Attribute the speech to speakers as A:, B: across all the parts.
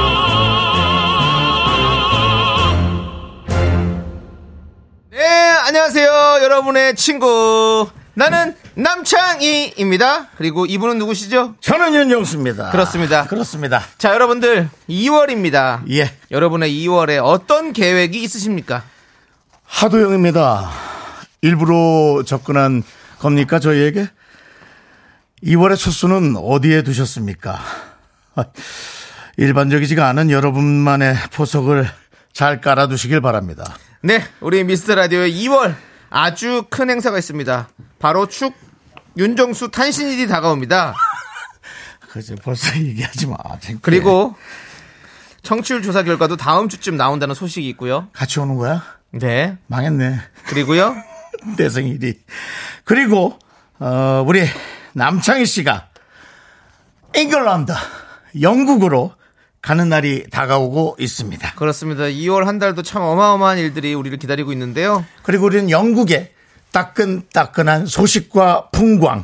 A: 네, 안녕하세요. 여러분의 친구. 나는 남창희입니다. 그리고 이분은 누구시죠?
B: 저는 윤정수입니다.
A: 그렇습니다.
B: 그렇습니다.
A: 자, 여러분들, 2월입니다.
B: 예.
A: 여러분의 2월에 어떤 계획이 있으십니까?
B: 하도영입니다. 일부러 접근한 겁니까, 저희에게? 2월의 첫 수는 어디에 두셨습니까? 일반적이지가 않은 여러분만의 포석을 잘 깔아두시길 바랍니다.
A: 네, 우리 미스터 라디오의 2월 아주 큰 행사가 있습니다. 바로 축 윤정수 탄신일이 다가옵니다.
B: 그제 벌써 얘기하지 마.
A: 그리고 예. 청취율 조사 결과도 다음 주쯤 나온다는 소식이 있고요.
B: 같이 오는 거야?
A: 네.
B: 망했네.
A: 그리고요.
B: 대승일이. 그리고 어, 우리 남창희 씨가 잉글랜드 영국으로 가는 날이 다가오고 있습니다.
A: 그렇습니다. 2월 한 달도 참 어마어마한 일들이 우리를 기다리고 있는데요.
B: 그리고 우리는 영국의 따끈따끈한 소식과 풍광,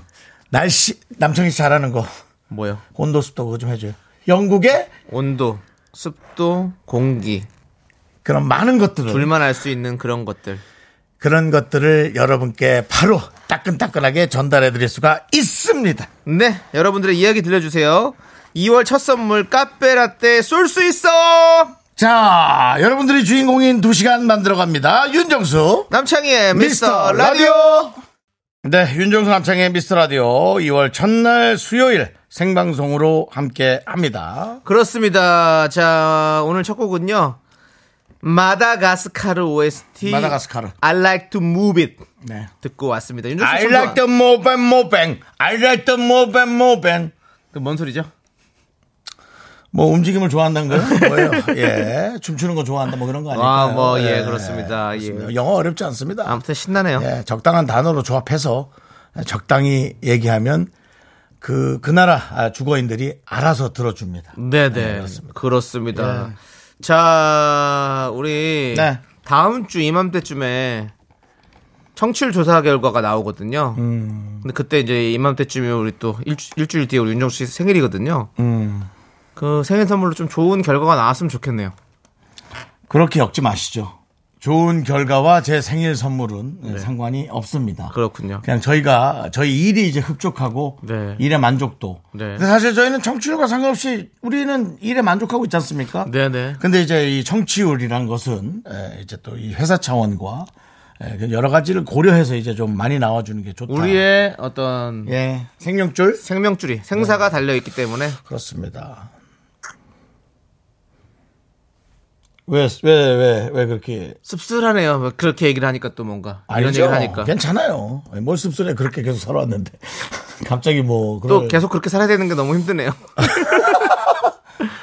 B: 날씨 남창희 씨 잘하는 거
A: 뭐요?
B: 온도 습도 그거 좀 해줘요. 영국의
A: 온도, 습도, 공기
B: 그런 많은 것들을
A: 둘만 알 수 있는 그런 것들.
B: 그런 것들을 여러분께 바로 따끈따끈하게 전달해드릴 수가 있습니다.
A: 네, 여러분들의 이야기 들려주세요. 2월 첫 선물 카페라떼 쏠 수 있어.
B: 자, 여러분들이 주인공인 두 시간 만들어 갑니다. 윤정수.
A: 남창희의
B: 미스터
A: 네, 미스터 라디오.
B: 네, 윤정수 남창의 미스터 라디오 2월 첫날 수요일 생방송으로 함께 합니다.
A: 그렇습니다. 자, 오늘 첫 곡은요. 마다가스카르 OST.
B: 마다가스카르.
A: I like to move it.
B: 네.
A: 듣고 왔습니다. 윤정수
B: I
A: 씨
B: like the move and move and I like the move and move and
A: 그뭔 소리죠?
B: 뭐 움직임을 좋아한다는 거예요? 뭐예요? 예. 춤추는 거 좋아한다 뭐 그런 거 아닐까요?
A: 아, 뭐, 예, 그렇습니다. 예.
B: 그렇습니다. 영어 어렵지 않습니다.
A: 아무튼 신나네요.
B: 예, 적당한 단어로 조합해서 적당히 얘기하면 그, 그 나라 아, 주거인들이 알아서 들어줍니다. 예.
A: 네네. 그렇습니다. 자, 우리
B: 네.
A: 다음 주 이맘때쯤에 청취율 조사 결과가 나오거든요.
B: 음.
A: 근데 그때 이제 이맘때쯤에 우리 또 일주, 일 뒤에 우리 윤정수 씨 생일이거든요.
B: 음.
A: 그 생일 선물로 좀 좋은 결과가 나왔으면 좋겠네요.
B: 그렇게 엮지 마시죠. 좋은 결과와 제 생일 선물은 상관이 없습니다.
A: 네. 그렇군요.
B: 그냥 저희가 저희 일이 이제 흡족하고
A: 네.
B: 일의 만족도.
A: 네.
B: 근데 사실 저희는 청취율과 상관없이 우리는 일에 만족하고 있지 않습니까?
A: 네네.
B: 근데 이제 이 청취율이란 것은 에, 이제 또 이 회사 차원과 에, 그 여러 가지를 고려해서 이제 좀 많이 나와주는 게 좋다.
A: 우리의 어떤
B: 예 생명줄 네.
A: 생명줄이 생사가 달려있기 때문에
B: 그렇습니다. 왜 왜 왜 왜 그렇게
A: 씁쓸하네요. 뭐 그렇게 얘기를 하니까 또 뭔가 이런 얘기를 하니까
B: 괜찮아요. 뭘 씁쓸해 그렇게 계속 살아왔는데 갑자기 뭐
A: 또
B: 그걸-
A: 계속 그렇게 살아야 되는 게 너무 힘드네요.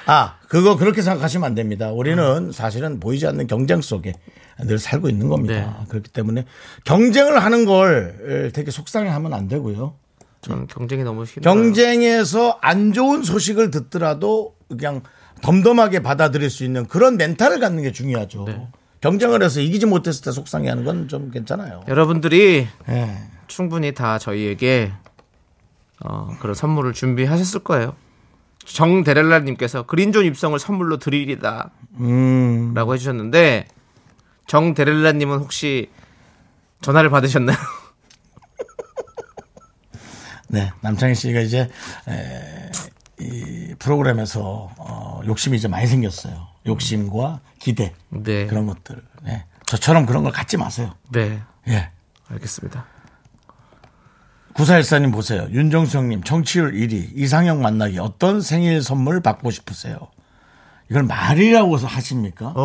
B: 아 그거 그렇게 생각하시면 안 됩니다. 우리는 사실은 보이지 않는 경쟁 속에 늘 살고 있는 겁니다.
A: 네.
B: 그렇기 때문에 경쟁을 하는 걸 되게 속상해하면 안 되고요.
A: 전 경쟁이 너무 힘들어요.
B: 경쟁에서 안 좋은 소식을 듣더라도 그냥 덤덤하게 받아들일 수 있는 그런 멘탈을 갖는 게 중요하죠.
A: 네.
B: 경쟁을 해서 이기지 못했을 때 속상해하는 건 좀 괜찮아요.
A: 여러분들이
B: 예.
A: 충분히 다 저희에게 어, 그런 선물을 준비하셨을 거예요. 정데렐라님께서 그린존 입성을 선물로 드리리다
B: 음.
A: 라고 해주셨는데 정데렐라님은 혹시 전화를 받으셨나요?
B: 네, 남창희 씨가 이제 에, 이 프로그램에서 어, 욕심이 이제 많이 생겼어요. 욕심과 기대
A: 네.
B: 그런 것들. 네. 저처럼 그런 걸 갖지 마세요.
A: 네.
B: 예.
A: 알겠습니다.
B: 구사일사님 보세요. 윤정수 형님 정치율 1위 이상형 만나기 어떤 생일 선물 받고 싶으세요? 이걸 말이라고 해서 하십니까?
A: 어.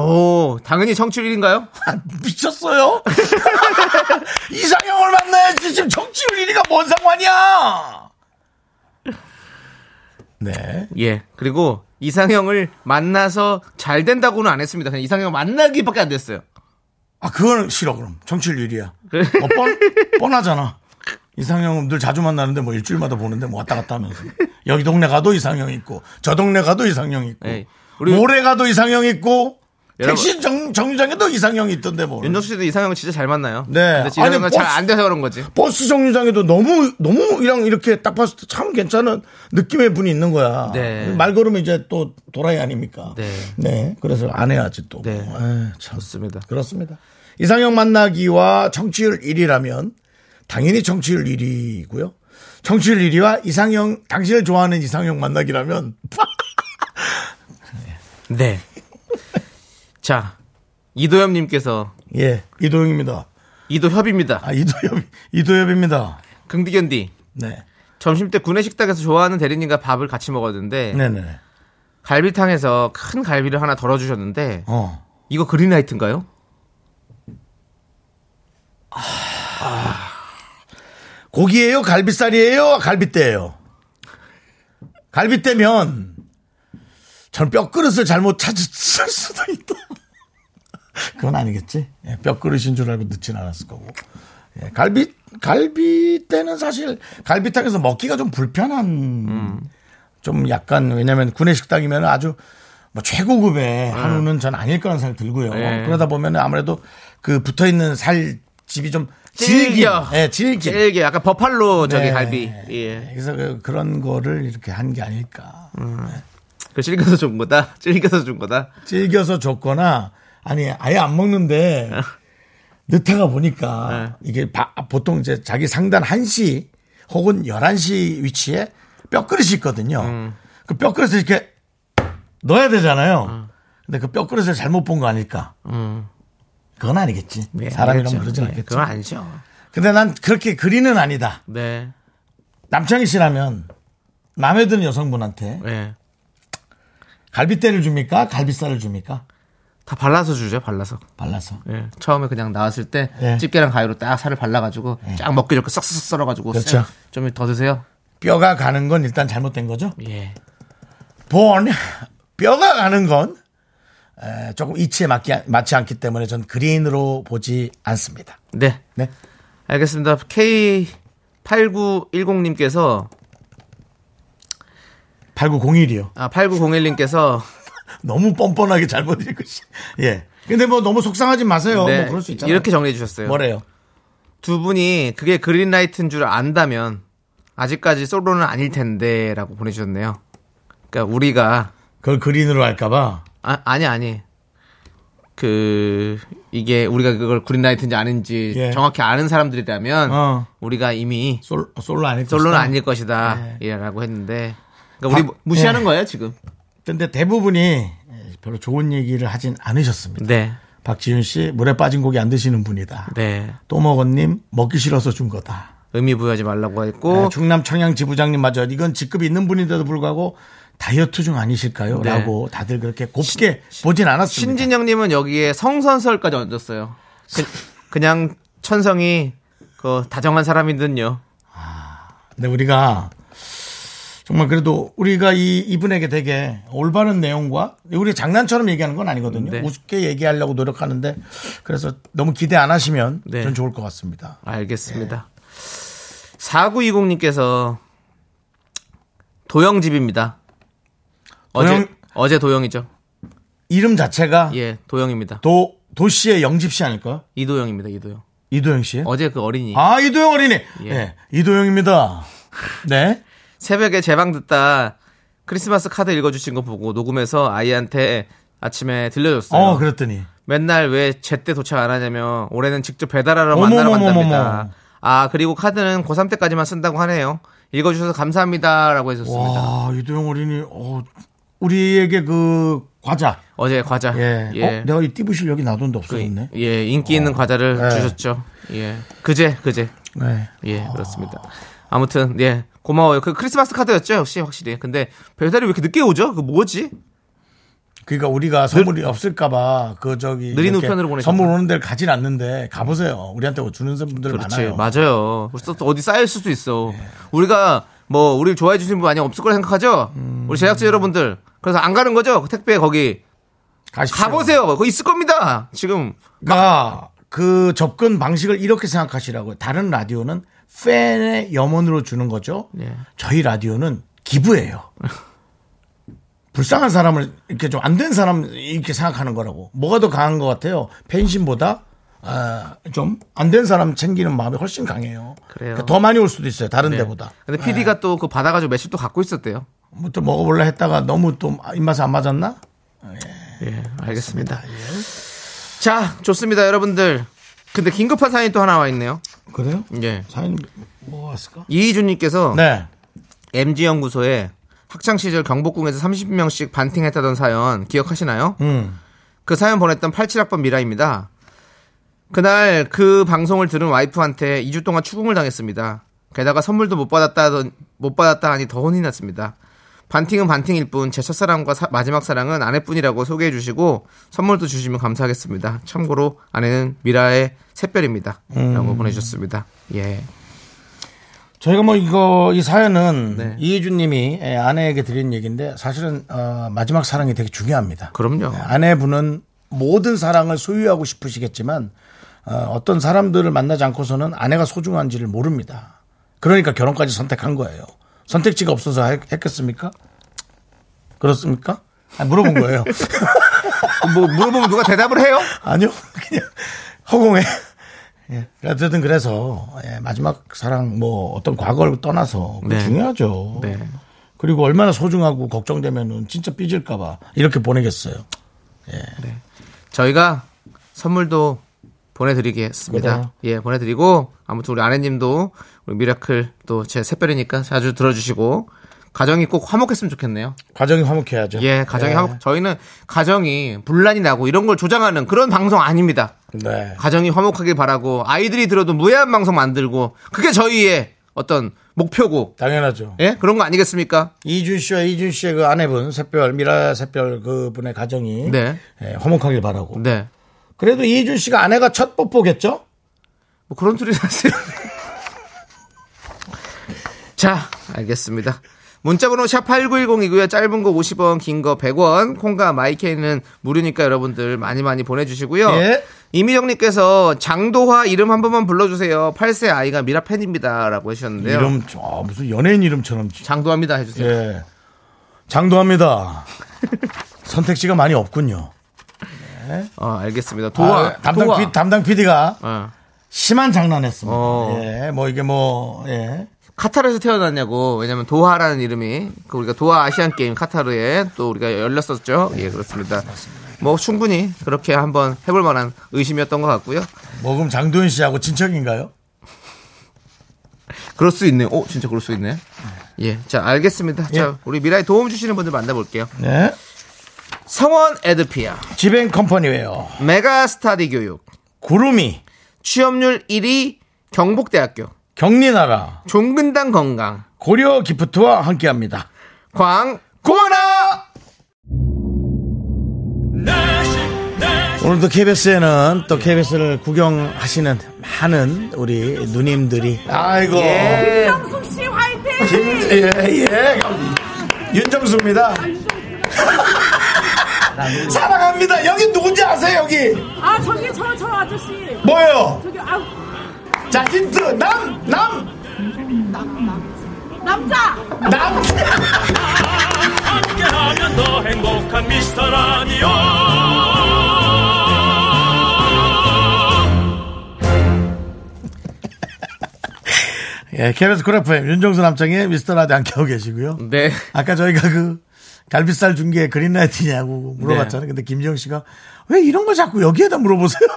A: 오, 당연히 청취율인가요?
B: 아, 미쳤어요? 이상형을 만나야지 지금 정치율 1위가 뭔 상관이야? 네.
A: 예. 그리고 이상형을 만나서 잘 된다고는 안 했습니다. 그냥 이상형 만나기밖에 안 됐어요.
B: 아, 그거는 싫어, 그럼. 정치율 일이야. 어, 뻔, 뻔하잖아. 이상형은 늘 자주 만나는데 뭐 일주일마다 보는데 뭐 왔다 갔다 하면서. 여기 동네 가도 이상형 있고, 저 동네 가도 이상형 있고,
A: 에이, 우리-
B: 모래 가도 이상형 있고,
A: 여러분-
B: 택시 정, 정류장에도 이상형이 있던데 뭐.
A: 윤정수 씨도 이상형 진짜 잘 만나요.
B: 네.
A: 근데 지금
B: 아니, 버스-
A: 잘안 돼서 그런 거지.
B: 버스 정류장에도 너무 너무 이랑 이렇게 딱 봤을 때 참 괜찮은 느낌의 분이 있는 거야.
A: 네.
B: 말 걸으면 이제 또 도라이 아닙니까?
A: 네.
B: 네, 그래서 안 해야지 또.
A: 네.
B: 에이, 참.
A: 좋습니다.
B: 그렇습니다. 이상형 만나기와 청취율 1위라면 당연히 청취율 1위고요. 청취율 1위와 이상형 당신을 좋아하는 이상형 만나기라면
A: 네. 자, 이도엽님께서
B: 예 이도영입니다.
A: 이도협입니다.
B: 아 이도엽 이도엽입니다.
A: 긍디견디.
B: 네,
A: 점심 때 구내식당에서 좋아하는 대리님과 밥을 같이 먹었는데
B: 네네.
A: 갈비탕에서 큰 갈비를 하나 덜어주셨는데
B: 어.
A: 이거 그린라이트인가요?
B: 고기예요? 갈비살이에요? 갈비대예요. 갈비대면 전 뼈그릇을 잘못 찾을 수도 있다. 그건 아니겠지? 예, 뼈그릇인 줄 알고 늦진 않았을 거고. 예, 갈비 갈비대는 사실 갈비탕에서 먹기가 좀 불편한
A: 음.
B: 좀 약간 왜냐면 구내식당이면 아주 뭐 최고급의 한우는 전 아닐 거라는 생각이 들고요.
A: 음. 예.
B: 그러다 보면 아무래도 그 붙어 있는 살 집이 좀 질긴,
A: 질겨.
B: 예, 질긴.
A: 찔게 약간 버팔로 저기
B: 네.
A: 갈비. 예.
B: 그래서 그- 그런 거를 이렇게 한 게 아닐까.
A: 그 질겨서 준 거다. 질겨서 준 거다.
B: 질겨서 줬거나 아니 아예 안 먹는데 늦다가 보니까 이게 바- 보통 이제 자기 상단 1시 혹은 11시 위치에 뼈그릇이 있거든요. 그 뼈그릇을 이렇게 넣어야 되잖아요. 근데 그 뼈그릇을 잘못 본 거 아닐까. 그건 음. 아니겠지.
A: 네,
B: 사람이랑
A: 알겠죠.
B: 그러진
A: 네,
B: 않겠지.
A: 그건 아니죠.
B: 근데 난 그렇게 그리는 아니다.
A: 네.
B: 남창희 씨라면 마음에 드는 여성분한테
A: 예.
B: 갈비대를 줍니까? 갈비살을 줍니까?
A: 다 발라서 주죠. 발라서.
B: 발라서.
A: 예. 처음에 그냥 나왔을 때
B: 예.
A: 집게랑 가위로 딱 살을 발라가지고 쫙 먹기 좋게 싹싹 썰어가지고 예,
B: 그렇죠.
A: 좀 더 드세요.
B: 뼈가 가는 건 일단 잘못된 거죠?
A: 예.
B: 본, 뼈가 가는 건 에, 조금 이치에 맞기, 맞지 않기 때문에 전 그린으로 보지 않습니다.
A: 네.
B: 네.
A: 알겠습니다. K8910님께서
B: 8901이요.
A: 아 8901님께서
B: 어, 너무 뻔뻔하게 잘못 읽으시. 예. 근데 뭐 너무 속상하지 마세요. 뭐 그럴 수 있잖아요.
A: 네. 이렇게 정리해 주셨어요.
B: 뭐래요?
A: 두 분이 그게 그린라이트인 줄 안다면 아직까지 솔로는 아닐 텐데라고 보내주셨네요. 그러니까 우리가
B: 그걸 그린으로 할까봐.
A: 아, 아니 아니 그 이게 우리가 그걸 그린라이트인지 아닌지
B: 예.
A: 정확히 아는 사람들이라면
B: 어.
A: 우리가 이미
B: 솔, 솔로 아닐 것이다.
A: 솔로는 아닐 것이다라고 했는데 그러니까 우리
B: 박-
A: 무시하는
B: 예.
A: 거예요 지금.
B: 근데 대부분이 별로 좋은 얘기를 하진 않으셨습니다.
A: 네,
B: 박지윤 씨, 물에 빠진 고기 안 드시는 분이다.
A: 네
B: 또먹었님 먹기 싫어서 준 거다.
A: 의미 부여하지 말라고
B: 네,
A: 했고
B: 충남 청양 지부장님 맞아. 이건 직급이 있는 분인데도 불구하고 다이어트 중 아니실까요?
A: 네.
B: 라고 다들 그렇게 곱게 보진 않았습니다.
A: 신진영님은 여기에 성선설까지 얹었어요. 그, 냥 천성이 그 다정한 사람이든요.
B: 근데 우리가 정말 그래도 우리가 이 이분에게 되게 올바른 내용과 우리 장난처럼 얘기하는 건 아니거든요.
A: 네.
B: 우습게 얘기하려고 노력하는데 그래서 너무 기대 안 하시면
A: 네.
B: 전 좋을 것 같습니다.
A: 알겠습니다. 4920님께서 도영집입니다.
B: 도영-
A: 어제 어제 도영이죠.
B: 이름 자체가
A: 예, 도영입니다.
B: 도 도시의 영집 씨 아닐까요?
A: 이도영입니다. 이도영.
B: 이도영 씨.
A: 어제 그 어린이
B: 아 이도영 어린이. 예. 이도영입니다. 네.
A: 새벽에 제 방 듣다 크리스마스 카드 읽어주신 거 보고 녹음해서 아이한테 아침에 들려줬어요.
B: 어 그랬더니
A: 맨날 왜 제때 도착 안 하냐며 올해는 직접 배달하러
B: 어머머머머머.
A: 만나러 간답니다. 아 그리고 카드는 고3 때까지만 쓴다고 하네요. 읽어주셔서 감사합니다라고 해줬습니다.
B: 와, 이도영 어린이, 어, 우리에게 그, 과자.
A: 어제 과자
B: 예.
A: 예.
B: 어, 내가 이 띠부실 여기 놔뒀는데
A: 그,
B: 없어졌네.
A: 예, 인기 있는 과자를
B: 예.
A: 주셨죠. 예. 그제, 그제.
B: 네.
A: 예, 그렇습니다. 아무튼, 예, 고마워요. 그 크리스마스 카드였죠, 역시, 확실히. 근데 배달이 왜 이렇게 늦게 오죠? 그 뭐지?
B: 그러니까 우리가 선물이 없을까봐, 그, 저기.
A: 느린
B: 이렇게
A: 우편으로 보내셨나?
B: 선물 오는 데를 가진 않는데, 가보세요. 우리한테 뭐 주는 분들
A: 그렇지,
B: 많아요. 예.
A: 맞아요. 벌써 또 어디 쌓일 수도 있어. 우리가 뭐, 우리를 좋아해
B: 음.
A: 주시는 분 많이 없을 그 거라 생각하죠? 우리 제작진 여러분들. 그래서 안 가는 거죠? 택배 거기.
B: 가십시오.
A: 가보세요. 그거 있을 겁니다. 지금
B: 그러니까 그 접근 방식을 이렇게 생각하시라고요. 다른 라디오는 팬의 염원으로 주는 거죠.
A: 예.
B: 저희 라디오는 기부예요. 불쌍한 사람을 이렇게 좀 안 된 사람 이렇게 생각하는 거라고. 뭐가 더 강한 것 같아요. 팬심보다 아, 좀 안 된 사람 챙기는 마음이 훨씬 강해요.
A: 그래요.
B: 그러니까 더 많이 올 수도 있어요. 다른
A: 네.
B: 데보다.
A: 근데 PD가 또 그 받아가지고 며칠 또 갖고 있었대요.
B: 뭐 또 먹어볼라 했다가 너무 또 입맛에 안 맞았나?
A: 예, 알겠습니다. 예. 자, 좋습니다, 여러분들. 근데 긴급한 사연이 또 하나 와 있네요.
B: 그래요?
A: 예.
B: 사연 뭐 왔을까?
A: 이희준님께서
B: 네.
A: MG 연구소에 학창 시절 경복궁에서 30명씩 반팅했다던 사연 기억하시나요?
B: 음.
A: 그 사연 보냈던 87학번 미라입니다. 그날 그 방송을 들은 와이프한테 2주 동안 추궁을 당했습니다. 게다가 선물도 못 받았다 못 받았다 하니 더 혼이 났습니다. 반팅은 반팅일 뿐 제 첫사랑과 사- 마지막 사랑은 아내뿐이라고 소개해 주시고 선물도 주시면 감사하겠습니다. 참고로 아내는 미라의 샛별입니다. 라고 보내주셨습니다. 예.
B: 저희가 뭐 이거 이 사연은
A: 네.
B: 이혜준님이 예, 아내에게 드린 얘기인데 사실은 어, 마지막 사랑이 되게 중요합니다.
A: 그럼요.
B: 예, 아내분은 모든 사랑을 소유하고 싶으시겠지만 어, 떤 사람들을 만나지 않고서는 아내가 소중한지를 모릅니다. 그러니까 결혼까지 선택한 거예요. 선택지가 없어서 했- 했겠습니까? 그렇습니까? 아, 물어본 거예요.
A: 뭐 물어보면 누가 대답을 해요?
B: 아니요, 그냥 허공에. 예. 어쨌든 그래서 예, 마지막 사랑 뭐 어떤 과거를 떠나서 그게
A: 네.
B: 중요하죠.
A: 네.
B: 그리고 얼마나 소중하고 걱정되면은 진짜 삐질까봐 이렇게 보내겠어요.
A: 저희가 선물도 보내드리겠습니다.
B: 그래요.
A: 예, 보내드리고 아무튼 우리 아내님도 우리 미라클 또 제 새별이니까 자주 들어주시고 가정이 꼭 화목했으면 좋겠네요.
B: 가정이 화목해야죠.
A: 예, 가정이 화목. 저희는 가정이 분란이 나고 이런 걸 조장하는 그런 방송 아닙니다.
B: 네.
A: 가정이 화목하길 바라고 아이들이 들어도 무해한 방송 만들고 그게 저희의 어떤 목표고
B: 당연하죠.
A: 예 그런 거 아니겠습니까?
B: 이준 씨와 이준 씨의 그 아내분 샛별 미라 샛별 그분의 가정이
A: 네.
B: 예, 화목하길 바라고.
A: 네.
B: 그래도 이준 씨가 아내가 첫 뽀뽀겠죠?
A: 뭐 그런 소리 하세요. 자, 알겠습니다. 문자번호 샵 8910이고요. 짧은 거 50원, 긴 거 100원. 콩과 마이케이는 무료니까 여러분들 많이 많이 보내주시고요.
B: 예.
A: 이미정님께서 장도화 이름 한 번만 불러주세요. 8세 아이가 미라 팬입니다라고 해주셨는데요.
B: 이름 아, 무슨 연예인 이름처럼
A: 장도화입니다 해주세요.
B: 예. 장도합니다. 선택지가 많이 없군요.
A: 어, 알겠습니다. 도화.
B: 아, 담당,
A: 도화.
B: 피, 담당 PD가
A: 어.
B: 심한 장난했습니다.
A: 어.
B: 예, 뭐 이게 뭐, 예.
A: 카타르에서 태어났냐고 왜냐면 도하라는 이름이 그 우리가 도하 아시안 게임 카타르에 또 우리가 열렸었죠 예 그렇습니다 뭐 충분히 그렇게 한번 해볼 만한 의심이었던 것 같고요
B: 뭐 그럼 장도현 씨하고 친척인가요?
A: 그럴 수 있네 오 진짜 그럴 수 있네 예 자 알겠습니다 자 우리 미라에 도움 주시는 분들 만나볼게요
B: 네.
A: 성원 에드피아
B: 지뱅 컴퍼니웨어.
A: 메가스타디 교육
B: 구름이.
A: 취업률 1위 경북대학교
B: 경리나라.
A: 종근당 건강
B: 고려 기프트와 함께 합니다.
A: 광 고원아
B: 오늘도 KBS에는 또 KBS를 구경하시는 많은 우리 누님들이. 아이고.
A: 예.
C: 씨 화이팅!
B: 예, 예. 윤정수입니다. 사랑합니다. 여기 누군지 아세요, 여기?
C: 아 저기 저 저 아저씨
B: 뭐예요?
C: 저기 아
B: 자, 힌트. 남, 남,
C: 남자
B: 남.
D: 함께하면 더 행복한 미스터 라디오
B: 예, KBS 그래프의 윤정수 남창의 미스터 라디 함께하고 계시고요.
A: 네
B: 아까 저희가 그 갈비살 중계 그린라이트냐고 물어봤잖아요. 근데 김지영 씨가 왜 이런 거 자꾸 여기에다 물어보세요?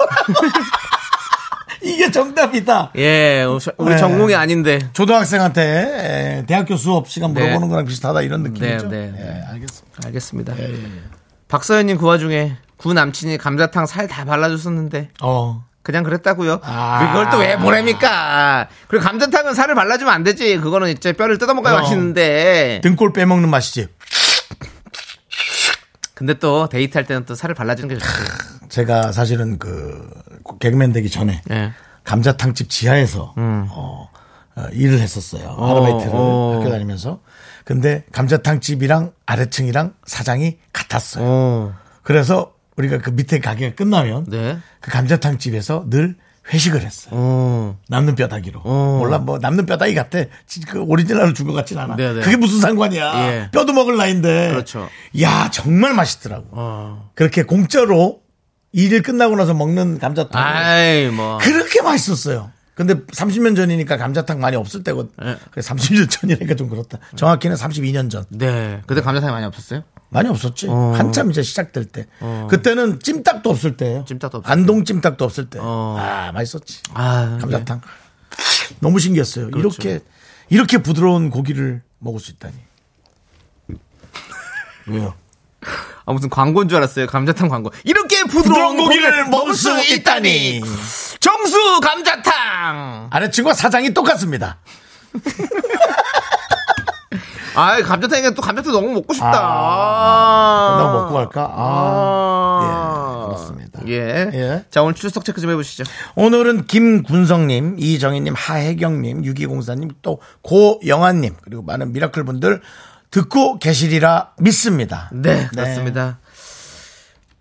B: 이게 정답이다.
A: 예, 우리
B: 네.
A: 전공이 아닌데
B: 초등학생한테 에, 대학교 수업 시간
A: 네.
B: 물어보는 거랑 비슷하다 이런 느낌이죠.
A: 네, 네, 네.
B: 예, 알겠습니다.
A: 알겠습니다.
B: 예,
A: 박서연님 그 와중에 구 남친이 감자탕 살 다 발라줬었는데
B: 어.
A: 그냥 그랬다고요.
B: 아.
A: 그걸 또 왜 보냅니까? 그리고 감자탕은 살을 발라주면 안 되지. 그거는 이제 뼈를 뜯어먹어야
B: 어.
A: 맛있는데.
B: 예. 등골 빼먹는 맛이지.
A: 근데 또 데이트할 때는 또 살을 발라주는 게 좋지.
B: 제가 사실은 그 개그맨 되기 전에
A: 예.
B: 감자탕집 지하에서 어, 어, 일을 했었어요. 아르바이트를
A: 음. 어.
B: 학교 다니면서. 근데 감자탕집이랑 아래층이랑 사장이 같았어요.
A: 오.
B: 그래서 우리가 그 밑에 가게가 끝나면
A: 네.
B: 그 감자탕 집에서 늘 회식을 했어요.
A: 어.
B: 남는 뼈다귀로. 몰라 뭐 남는 뼈다귀 같아. 진- 그 오리지널로 준 것 같진 않아.
A: 네, 네.
B: 그게 무슨 상관이야.
A: 예.
B: 뼈도 먹을 나인데.
A: 그렇죠.
B: 야 정말 맛있더라고.
A: 어.
B: 그렇게 공짜로 일일 끝나고 나서 먹는 감자탕.
A: 아이 뭐.
B: 그렇게 맛있었어요. 근데 30년 전이니까 감자탕 많이 없을 때거든.
A: 예.
B: 그래, 30년 전이니까 좀 그렇다. 정확히는 32년 전.
A: 네. 그때 감자탕이 많이 없었어요? 어.
B: 많이 없었지. 한참 이제 시작될 때. 그때는 찜닭도 없을 때예요.
A: 찜닭도 없을
B: 안동 찜닭도 없을 때.
A: 어.
B: 아 네. 맛있었지.
A: 아, 네. 그렇죠.
B: 감자탕. 너무 신기했어요. 이렇게 이렇게 부드러운 고기를 먹을 수 있다니. 왜요?
A: 아 무슨 광고인 줄 알았어요. 감자탕 광고. 이렇게 부드러운
B: 부드러운 고기를
A: 고기를
B: 먹을 수 있다니.
A: 정수 감자탕.
B: 아래친구와 사장이 똑같습니다.
A: 아 감자탕이 또 감자탕 너무 먹고 싶다.
B: 아, 나 먹고 갈까?
A: 아.
B: 아. 예, 그렇습니다.
A: 예.
B: 예.
A: 자 오늘 출석 체크 좀 해보시죠.
B: 오늘은 김군성님, 이정희님, 하혜경님, 6204님, 또 고영아님, 그리고 많은 미라클 분들 듣고 계시리라 믿습니다.
A: 네, 그렇습니다.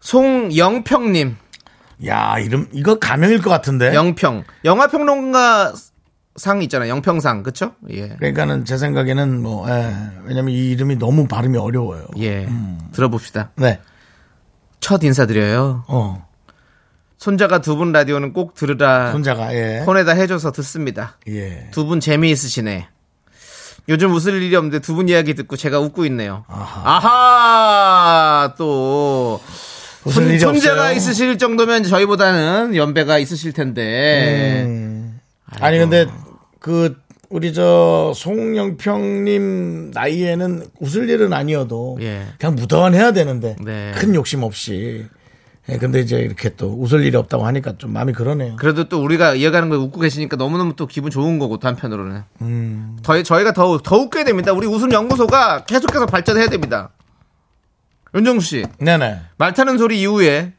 A: 송영평님,
B: 네. 야, 이름, 이거 가명일 것 같은데.
A: 영평 영화 평론가 상 있잖아요. 영평상 그쵸? 예.
B: 그러니까는 제 생각에는 뭐, 예, 왜냐면 이 이름이 너무 발음이 어려워요.
A: 예. 들어봅시다.
B: 네.
A: 첫 인사드려요.
B: 어.
A: 손자가 두 분 라디오는 꼭 들으라.
B: 손자가, 예.
A: 폰에다 해줘서 듣습니다.
B: 예.
A: 두 분 재미있으시네. 요즘 웃을 일이 없는데 두 분 이야기 듣고 제가 웃고 있네요. 아하, 또.
B: 웃을 일이
A: 손, 자가
B: 없어요.
A: 있으실 정도면 저희보다는 연배가 있으실 텐데.
B: 예. 음. 아니, 근데 그, 우리 저 송영평님 나이에는 웃을 일은 아니어도
A: 예.
B: 그냥 무던해야 되는데
A: 네.
B: 큰 욕심 없이 예, 근데 이제 이렇게 또 웃을 일이 없다고 하니까 좀 마음이 그러네요.
A: 그래도 또 우리가 이어가는 걸 웃고 계시니까 너무너무 또 기분 좋은 거고, 또 한편으로는.
B: 음.
A: 더, 저희가 더, 더 웃게 됩니다. 우리 웃음 연구소가 계속해서 발전해야 됩니다. 윤정수 씨.
B: 네네.
A: 말 타는 소리 이후에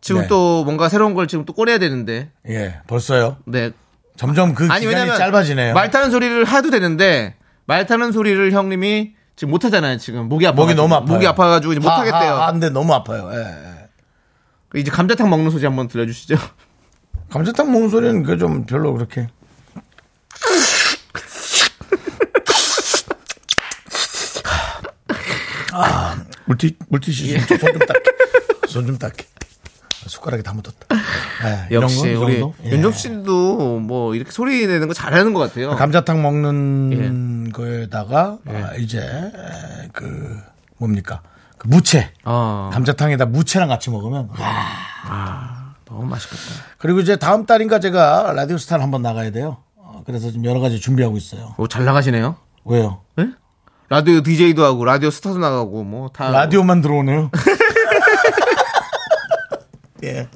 A: 지금
B: 네.
A: 또 뭔가 새로운 걸 지금 또 꺼내야 되는데
B: 예, 벌써요.
A: 네
B: 점점 그
A: 아니
B: 기간이
A: 왜냐면
B: 짧아지네요.
A: 말 타는 소리를 해도 되는데 말 타는 소리를 형님이 지금 못 하잖아요 지금 목이 아파
B: 목이 너무 아파요.
A: 목이 아파가지고 이제 못 하겠대요 그
B: 아, 근데 너무 아파요. 예, 예.
A: 이제 감자탕 먹는 소리 한번 들려주시죠
B: 감자탕 먹는 소리는 그 좀 별로 그렇게. 아, 물티 물티슈 좀손좀 닦게. 손 좀 닦게. 숟가락에 다 묻었다. 예, 이런 거,
A: 역시
B: 이
A: 우리
B: 정도? 예.
A: 윤종 씨도 뭐 이렇게 소리 내는 거 잘하는 것 같아요
B: 감자탕 먹는
A: 예.
B: 거에다가 아, 이제 에, 그 뭡니까 그 무채
A: 아
B: 감자탕에다 무채랑 같이 먹으면 와.
A: 너무 맛있겠다
B: 그리고 이제 다음 달인가 제가 라디오스타를 한번 나가야 돼요. 어, 그래서 좀 여러 가지 준비하고 있어요.
A: 오잘 나가시네요
B: 왜요?
A: 예? 라디오 DJ도 하고 라디오 스타도 나가고
B: 아.
A: 뭐다
B: 라디오만 들어오네요. 예.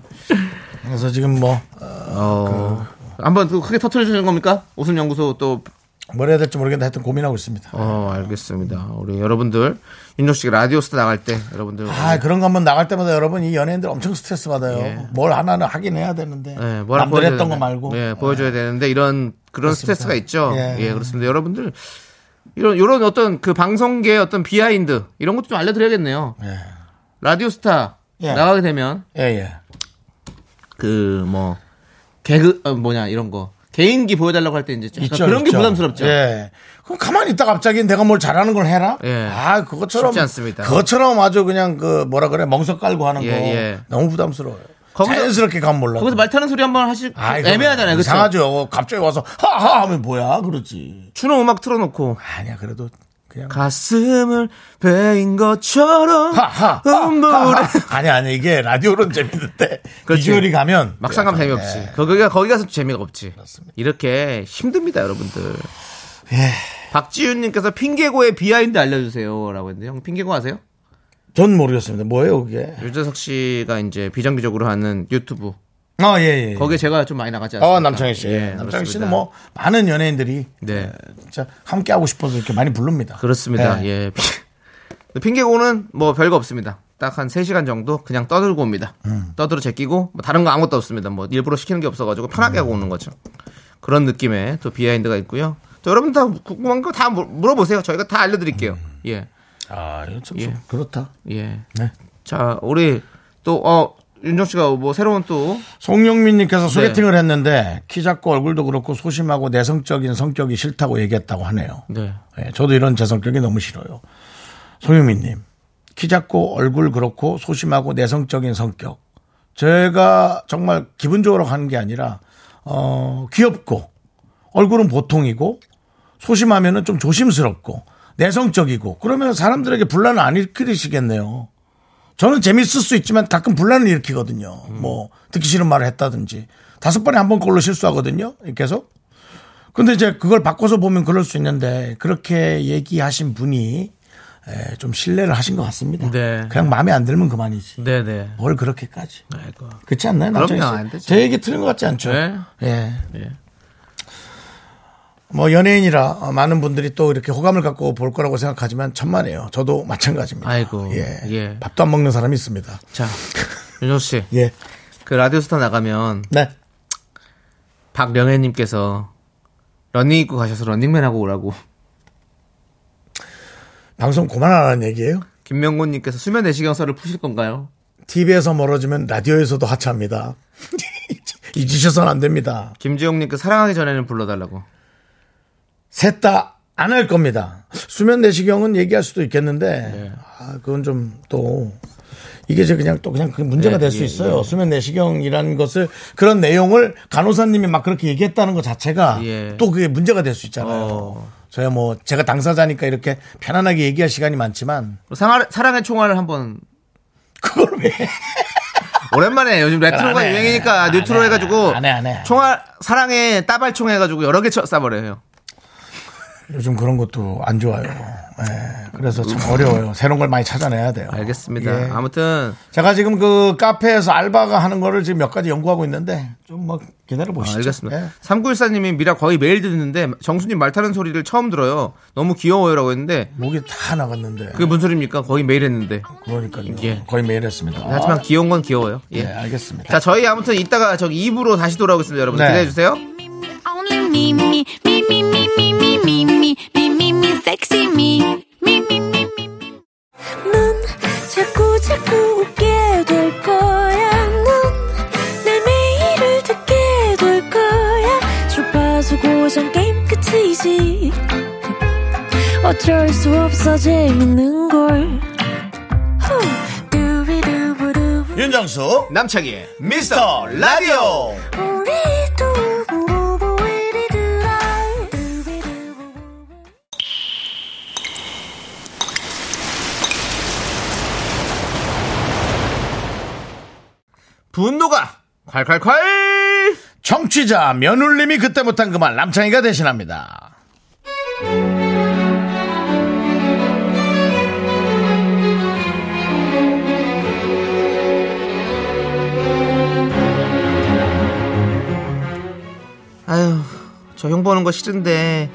B: 그래서 지금 뭐
A: 어.
B: 그
A: 한번 또 크게 터트려 주는 겁니까? 웃음 연구소 또.
B: 뭘 해야 될지 모르겠는데 하여튼 고민하고 있습니다.
A: 어, 알겠습니다. 우리 여러분들 윤종 씨 라디오 스타 나갈 때 여러분들
B: 아 그런 거 한번 나갈 때마다 여러분 이 연예인들 엄청 스트레스 받아요.
A: 예.
B: 뭘 하나는 하긴 해야 되는데
A: 예,
B: 남들
A: 보여줘야
B: 했던 거
A: 되는데.
B: 말고
A: 예, 보여줘야 되는데 이런 그런 스트레스가 있죠.
B: 예.
A: 예. 그렇습니다. 여러분들 이런 이런 어떤 그 방송계의 어떤 비하인드 이런 것도 좀 알려드려야겠네요.
B: 예.
A: 라디오 스타
B: 예.
A: 나가게 되면
B: 예 예.
A: 그 뭐 개그 어, 뭐냐 이런 거 개인기 보여달라고 할 때 이제 약간
B: 있죠,
A: 그런 게
B: 있죠.
A: 부담스럽죠.
B: 예. 그럼 가만히 있다 갑자기 내가 뭘 잘하는 걸 해라?
A: 예.
B: 아, 그것처럼.
A: 쉽지 않습니다.
B: 그것처럼 아주 그냥 그 뭐라 그래, 멍석 깔고 하는
A: 예,
B: 거.
A: 예.
B: 너무 부담스러워요.
A: 거기서-
B: 자연스럽게 가면 몰라.
A: 거기서 말 타는 소리 한번 하실
B: 아이, 그럼
A: 애매하잖아요. 그렇죠?
B: 이상하죠. 갑자기 와서 하하 하면 뭐야, 그러지.
A: 추노 음악 틀어놓고
B: 아니야, 그래도 그냥.
A: 가슴을 베인 것처럼
B: 하하!
A: 음물에
B: 아니야, 아니야. 이게 라디오로는 재밌는데.
A: 그렇지.
B: 비주얼이 가면.
A: 막상 가면
B: 약간,
A: 재미없지.
B: 예.
A: 거기가 거기 가서 재미가 없지.
B: 그렇습니다. 예.
A: 이렇게 힘듭니다, 여러분들. 박지윤님께서 핑계고의 비하인드 알려주세요라고 했는데 형 핑계고 아세요?
B: 전 모르겠습니다. 뭐예요, 그게?
A: 유재석 씨가 이제 비정기적으로 하는 유튜브 어,
B: 아, 예, 예.
A: 거기에 제가 좀 많이 나가지 않습니까?
B: 어, 남창희 씨.
A: 예,
B: 남창희
A: 그렇습니다.
B: 씨는 뭐, 많은 연예인들이
A: 네
B: 진짜 함께 하고 싶어서 이렇게 많이 부릅니다.
A: 그렇습니다.
B: 예.
A: 예. 근데 핑계고는 뭐 별거 없습니다. 딱 한 3시간 정도 그냥 떠들고 옵니다. 떠들어 제끼고 뭐 다른 거 아무것도 없습니다. 뭐 일부러 시키는 게 없어가지고 편하게 하고 오는 거죠. 그런 느낌의 또 비하인드가 있고요. 또 여러분 다 궁금한 거 다 물어보세요. 저희가 다 알려드릴게요. 예.
B: 아, 이거 참
A: 예.
B: 좀 그렇다.
A: 예.
B: 네.
A: 자, 우리 또, 어, 윤정 씨가 뭐 새로운 또,
B: 송영민님께서
A: 네.
B: 소개팅을 했는데 키 작고 얼굴도 그렇고 소심하고 내성적인 성격이 싫다고 얘기했다고 하네요.
A: 네.
B: 예, 저도 이런 제 성격이 너무 싫어요. 송유민님, 키 작고 얼굴 그렇고 소심하고 내성적인 성격. 제가 정말 기분 좋으러 가는 게 아니라, 어, 귀엽고, 얼굴은 보통이고, 소심하면은 좀 조심스럽고, 내성적이고, 그러면 사람들에게 분란을 안 일으키시겠네요. 저는 재밌을 수 있지만 가끔 분란을 일으키거든요. 뭐, 듣기 싫은 말을 했다든지. 다섯 번에 한 번 걸로 실수하거든요. 계속. 근데 이제 그걸 바꿔서 보면 그럴 수 있는데 그렇게 얘기하신 분이 에, 좀 신뢰를 하신 것 같습니다.
A: 네.
B: 그냥 마음에 안 들면 그만이지.
A: 네네.
B: 뭘 그렇게까지.
A: 아이고.
B: 그렇지 않나요? 남창희
A: 그럼요,
B: 씨?
A: 안 되죠.
B: 제 얘기 틀린 것 같지 않죠?
A: 네.
B: 예.
A: 예.
B: 뭐 연예인이라 어, 많은 분들이 또 이렇게 호감을 갖고 볼 거라고 생각하지만 천만에요. 저도 마찬가지입니다.
A: 아이고,
B: 예.
A: 예.
B: 밥도 안 먹는 사람이 있습니다.
A: 자, 윤정 씨.
B: 예.
A: 그 라디오스타 나가면
B: 네.
A: 박명혜님께서 런닝 입고 가셔서 런닝맨 하고 오라고.
B: 방송 그만하라는 얘기예요.
A: 김명곤님께서 수면 내시경설을 푸실 건가요?
B: TV에서 멀어지면 라디오에서도 하차합니다. 잊으셔서는 안 됩니다.
A: 김지용님께서 사랑하기 전에는 불러달라고.
B: 셋 다 안 할 겁니다. 수면 내시경은 얘기할 수도 있겠는데,
A: 네.
B: 아, 그건 좀 또 이게 저 그냥 또 그냥 그 문제가
A: 예,
B: 될 수
A: 예,
B: 있어요. 수면 내시경이라는 것을 그런 내용을 간호사님이 막 그렇게 얘기했다는 것 자체가
A: 예.
B: 또 그게 문제가 될 수 있잖아요.
A: 어.
B: 저야 뭐 제가 당사자니까 이렇게 편안하게 얘기할 시간이 많지만
A: 상 사랑의 총알을 한번
B: 그걸 왜 해?
A: 오랜만에 요즘
B: 안
A: 레트로가
B: 해.
A: 유행이니까
B: 안
A: 뉴트로
B: 해.
A: 해가지고
B: 안 해, 안 해.
A: 총알 사랑에 따발총 해가지고 여러 개 쳐- 쏴버려요.
B: 요즘 그런 것도 안 좋아요. 예. 그래서 참 어려워요. 새로운 걸 많이 찾아내야 돼요.
A: 음. 알겠습니다.
B: 예.
A: 아무튼
B: 제가 지금 그 카페에서 알바가 하는 거를 지금 몇 가지 연구하고 있는데 좀 뭐 기다려
A: 아,
B: 보시죠. 예.
A: 알겠습니다. 삼구일사님이 미라 거의 매일 듣는데 정수님 말 타는 소리를 처음 들어요. 너무 귀여워요라고 했는데
B: 목이 다 나갔는데
A: 그게 무슨 소리입니까? 거의 매일 했는데.
B: 그러니까요.
A: 예.
B: 거의 매일 했습니다.
A: 하지만 귀여운 건 귀여워요.
B: 예,
A: 예.
B: 알겠습니다.
A: 자, 저희 아무튼 이따가 저기 2부로 다시 돌아오겠습니다, 여러분.
B: 네.
A: 기대해 주세요.
E: Only me, me, me, me, me, me, me, me, me, me, me, me, sexy me. Me, me, me, me, me. 넌 자꾸, 자꾸 웃게 될 거야. 넌내 매일을 듣게 될 거야. 주파수 고정 게임 끝이지. 어쩔 수 없어 재밌는 걸. 후. 두비두부두.
B: 윤정수
A: 남창희의
B: 미스터 라디오.
E: 우리 두부부부 우리 두라. 두비두부부.
A: 분노가 콸콸콸!
B: 정취자 며느님이 그때 못한 그 말 남창희가 대신합니다.
A: 아휴, 저 형 보는 거 싫은데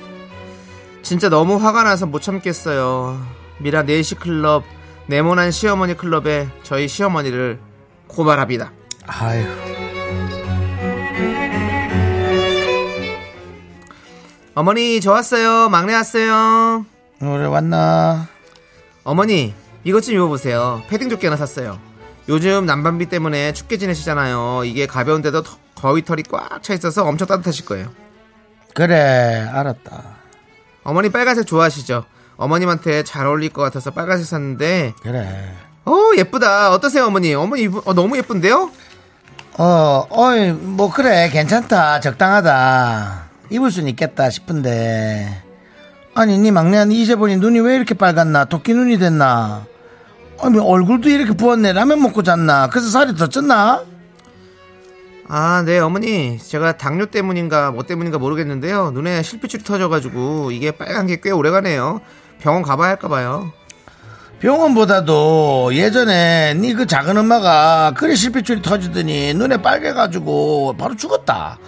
A: 진짜 너무 화가 나서 못 참겠어요. 미라 4시 클럽 네모난 시어머니 클럽에 저희 시어머니를 고발합니다.
B: 아유,
A: 어머니 저 왔어요. 막내 왔어요.
B: 노래 왔나?
A: 어머니 이것 좀 입어보세요. 패딩 조끼 하나 샀어요. 요즘 난방비 때문에 춥게 지내시잖아요. 이게 가벼운데도 더- 거위 털이 꽉 차 있어서 엄청 따뜻하실 거예요.
B: 그래, 알았다.
A: 어머니 빨간색 좋아하시죠? 어머님한테 잘 어울릴 것 같아서 빨간색 샀는데
B: 그래.
A: 어 예쁘다 어떠세요 어머니 어머니 이분- 어, 너무 예쁜데요
B: 어, 어이, 뭐, 그래, 괜찮다, 적당하다. 입을 순 있겠다 싶은데. 아니, 네 막내한 이제 보니 눈이 왜 이렇게 빨갛나? 도끼 눈이 됐나? 아니, 뭐 얼굴도 이렇게 부었네. 라면 먹고 잤나? 그래서 살이 더 쪘나?
A: 아 네 어머니 제가 당뇨 때문인가 뭐 때문인가 모르겠는데요 눈에 실핏줄이 터져가지고 이게 빨간 게 꽤 오래가네요 병원 가봐야 할까 봐요
B: 병원보다도 예전에 네 그 작은 엄마가 그리 실핏줄이 터지더니 눈에 빨개가지고 바로 죽었다.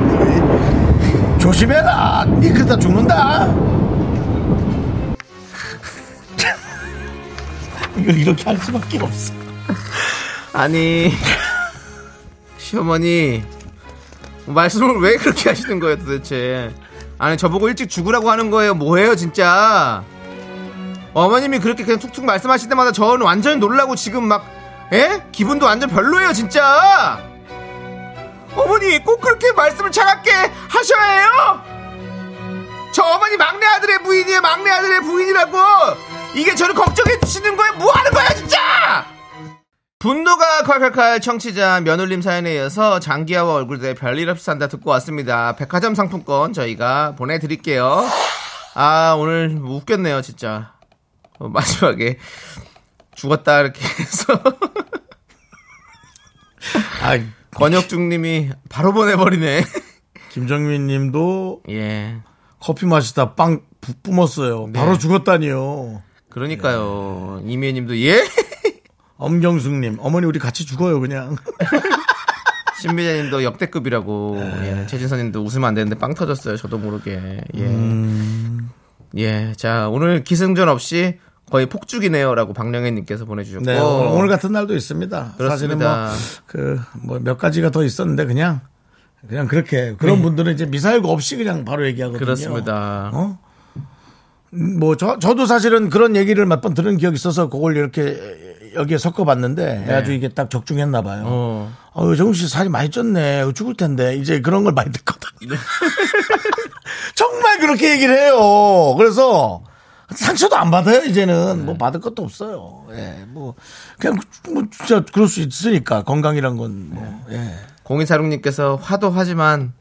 B: 야. 조심해라. 니 그러다 죽는다. 이걸 이렇게 할 수밖에 없어.
A: 아니 시어머니 말씀을 왜 그렇게 하시는 거예요 도대체 아니 저보고 일찍 죽으라고 하는 거예요. 뭐예요 진짜. 어머님이 그렇게 그냥 툭툭 말씀하실 때마다 저는 완전히 놀라고 지금 막 에? 기분도 완전 별로예요 진짜. 어머니 꼭 그렇게 말씀을 차갑게 하셔야 해요. 저 어머니 막내 아들의 부인이에요. 막내 아들의 부인이라고. 이게 저를 걱정해 주시는 거예요. 뭐 하는 거야 진짜. 분노가 칼칼칼 청취자 며느림 사연에 이어서 장기하와 얼굴대 별일 없이 산다 듣고 왔습니다. 백화점 상품권 저희가 보내드릴게요. 아 오늘 뭐 웃겼네요 진짜. 어, 마지막에 죽었다 이렇게 해서
B: 아,
A: 권혁중님이 바로 보내버리네.
B: 김정민 님도
A: 예.
B: 커피 마시다 빵 부- 뿜었어요. 바로 죽었다니요.
A: 그러니까요. 이미애님도 예.
B: 엄경숙 님, 어머니 우리 같이 죽어요, 그냥.
A: 신비자님도 역대급이라고.
B: 네.
A: 예. 최진선님도 웃으면 안 되는데 빵 터졌어요. 저도 모르게. 예.
B: 음.
A: 예. 자 오늘 기승전 없이 거의 폭죽이네요라고 박령혜님께서 보내주셨고.
B: 네, 오늘- 오늘 같은 날도 있습니다.
A: 어. 그렇습니다.
B: 사실은 뭐 그 뭐 몇 가지가 더 있었는데 그냥 그냥 그렇게 그런 분들은 이제 미사일고 없이 그냥 바로 얘기하거든요.
A: 네. 그렇습니다.
B: 어? 뭐, 저, 저도 사실은 그런 얘기를 몇 번 들은 기억이 있어서 그걸 이렇게 여기에 섞어봤는데 아주 이게 딱 적중했나 봐요.
A: 네. 어.
B: 어, 정우 씨 살이 많이 쪘네. 죽을 텐데. 이제 그런 걸 많이 듣거든. 정말 그렇게 얘기를 해요. 그래서 상처도 안 받아요, 이제는. 뭐 받을 것도 없어요. 예, 뭐. 그냥 뭐 진짜 그럴 수 있으니까 건강이란 건 뭐. 예.
A: 공인사룡님께서 화도 하지만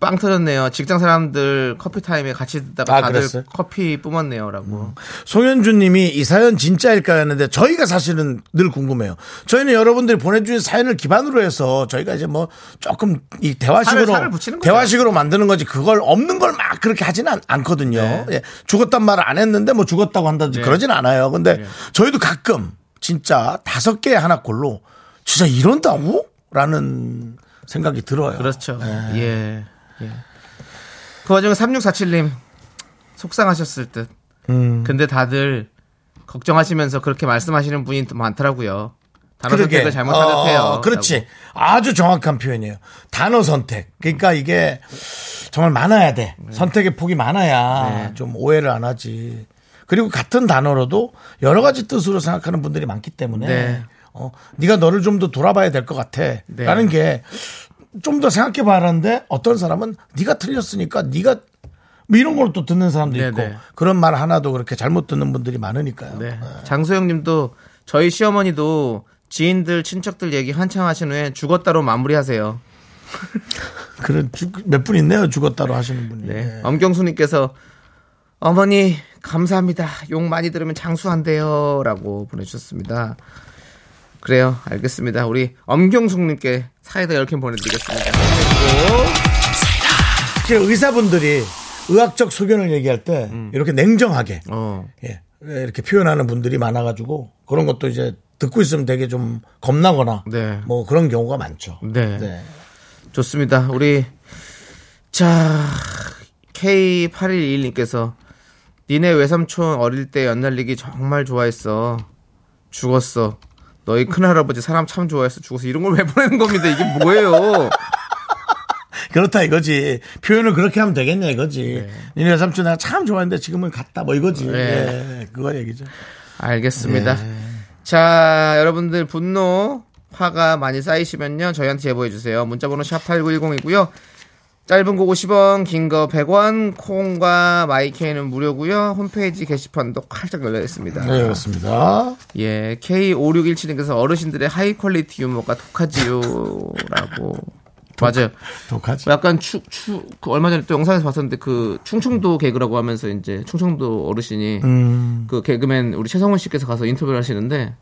A: 빵 터졌네요. 직장 사람들 커피 타임에 같이 듣다가
B: 아,
A: 다들
B: 그랬어요? 음.
A: 커피 뿜었네요라고.
B: 송현준 님이 이 사연 진짜일까 했는데 저희가 사실은 늘 궁금해요. 저희는 여러분들이 보내주신 사연을 기반으로 해서 저희가 이제 뭐 조금 이 대화식으로
A: 살을- 살을 붙이는 거죠.
B: 대화식으로 만드는 거지 그걸 없는 걸 막 그렇게 하지는 않- 않거든요.
A: 네.
B: 예. 죽었단 말을 안 했는데 뭐 죽었다고 한다든지 그러진 않아요. 근데
A: 네.
B: 저희도 가끔 진짜 다섯 개에 하나 꼴로 진짜 이런다고? 라는 생각이 들어요.
A: 그렇죠.
B: 네.
A: 예. 예. 그 와중에 3647님 속상하셨을 듯.
B: 음.
A: 근데 다들 걱정하시면서 그렇게 말씀하시는 분이 더 많더라고요. 단어 선택을 잘못한
B: 어,
A: 듯해요.
B: 그렇지.
A: 라고.
B: 아주 정확한 표현이에요. 단어 선택. 그러니까 이게 정말 많아야 돼.
A: 네.
B: 선택의 폭이 많아야 좀 오해를 안 하지. 그리고 같은 단어로도 여러 가지 뜻으로 생각하는 분들이 많기 때문에
A: 네.
B: 어, 네가 너를 좀 더 돌아봐야 될 것 같아. 라는 게 좀 더 생각해 봐라는데 어떤 사람은 네가 틀렸으니까 네가 뭐 이런 걸 또 듣는 사람도
A: 네,
B: 있고
A: 네.
B: 그런 말 하나도 그렇게 잘못 듣는 분들이 많으니까요. 어,
A: 네. 장소영 님도 저희 시어머니도 지인들 친척들 얘기 한창 하신 후에 죽었다로 마무리하세요.
B: 그런 몇 분 있네요 죽었다로 하시는 분이.
A: 네.
B: 예.
A: 엄경수 님께서 어머니 감사합니다. 욕 많이 들으면 장수한대요. 라고 보내주셨습니다. 그래요. 알겠습니다. 우리 엄경숙 님께 사이다 10캔 보내드리겠습니다.
B: 특히 의사분들이 의학적 소견을 얘기할 때 이렇게 냉정하게
A: 어.
B: 예, 이렇게 표현하는 분들이 많아가지고 그런 것도 이제 듣고 있으면 되게 좀 겁나거나
A: 네.
B: 뭐 그런 경우가 많죠.
A: 네. 좋습니다. 우리 자 K8121님께서 니네 외삼촌 어릴 때 연날리기 정말 좋아했어. 죽었어. 너희 큰할아버지 사람 참 좋아했어. 죽었어. 이런 걸 왜 보내는 겁니다. 이게 뭐예요?
B: 그렇다 이거지. 표현을 그렇게 하면 되겠냐 이거지. 니네 삼촌 내가 참 좋아했는데 지금은 갔다 뭐 이거지.
A: 네.
B: 예, 그거 얘기죠.
A: 알겠습니다. 자, 여러분들 분노, 화가 많이 쌓이시면요. 저희한테 제보해 주세요. 문자 번호 샵 8910이고요. 짧은 거 50원, 긴 거 100원, 콩과 마이케이는 무료고요. 홈페이지 게시판도 활짝 열려 있습니다.
B: 네 그렇습니다.
A: 예, K5617님께서 어르신들의 하이 퀄리티 유머가 독하지요라고. 맞아요.
B: 독하지.
A: 약간 추, 추, 그 얼마 전에 또 영상에서 봤었는데 그 충청도 개그라고 하면서 이제 충청도 어르신이
B: 음.
A: 그 개그맨 우리 최성훈 씨께서 가서 인터뷰를 하시는데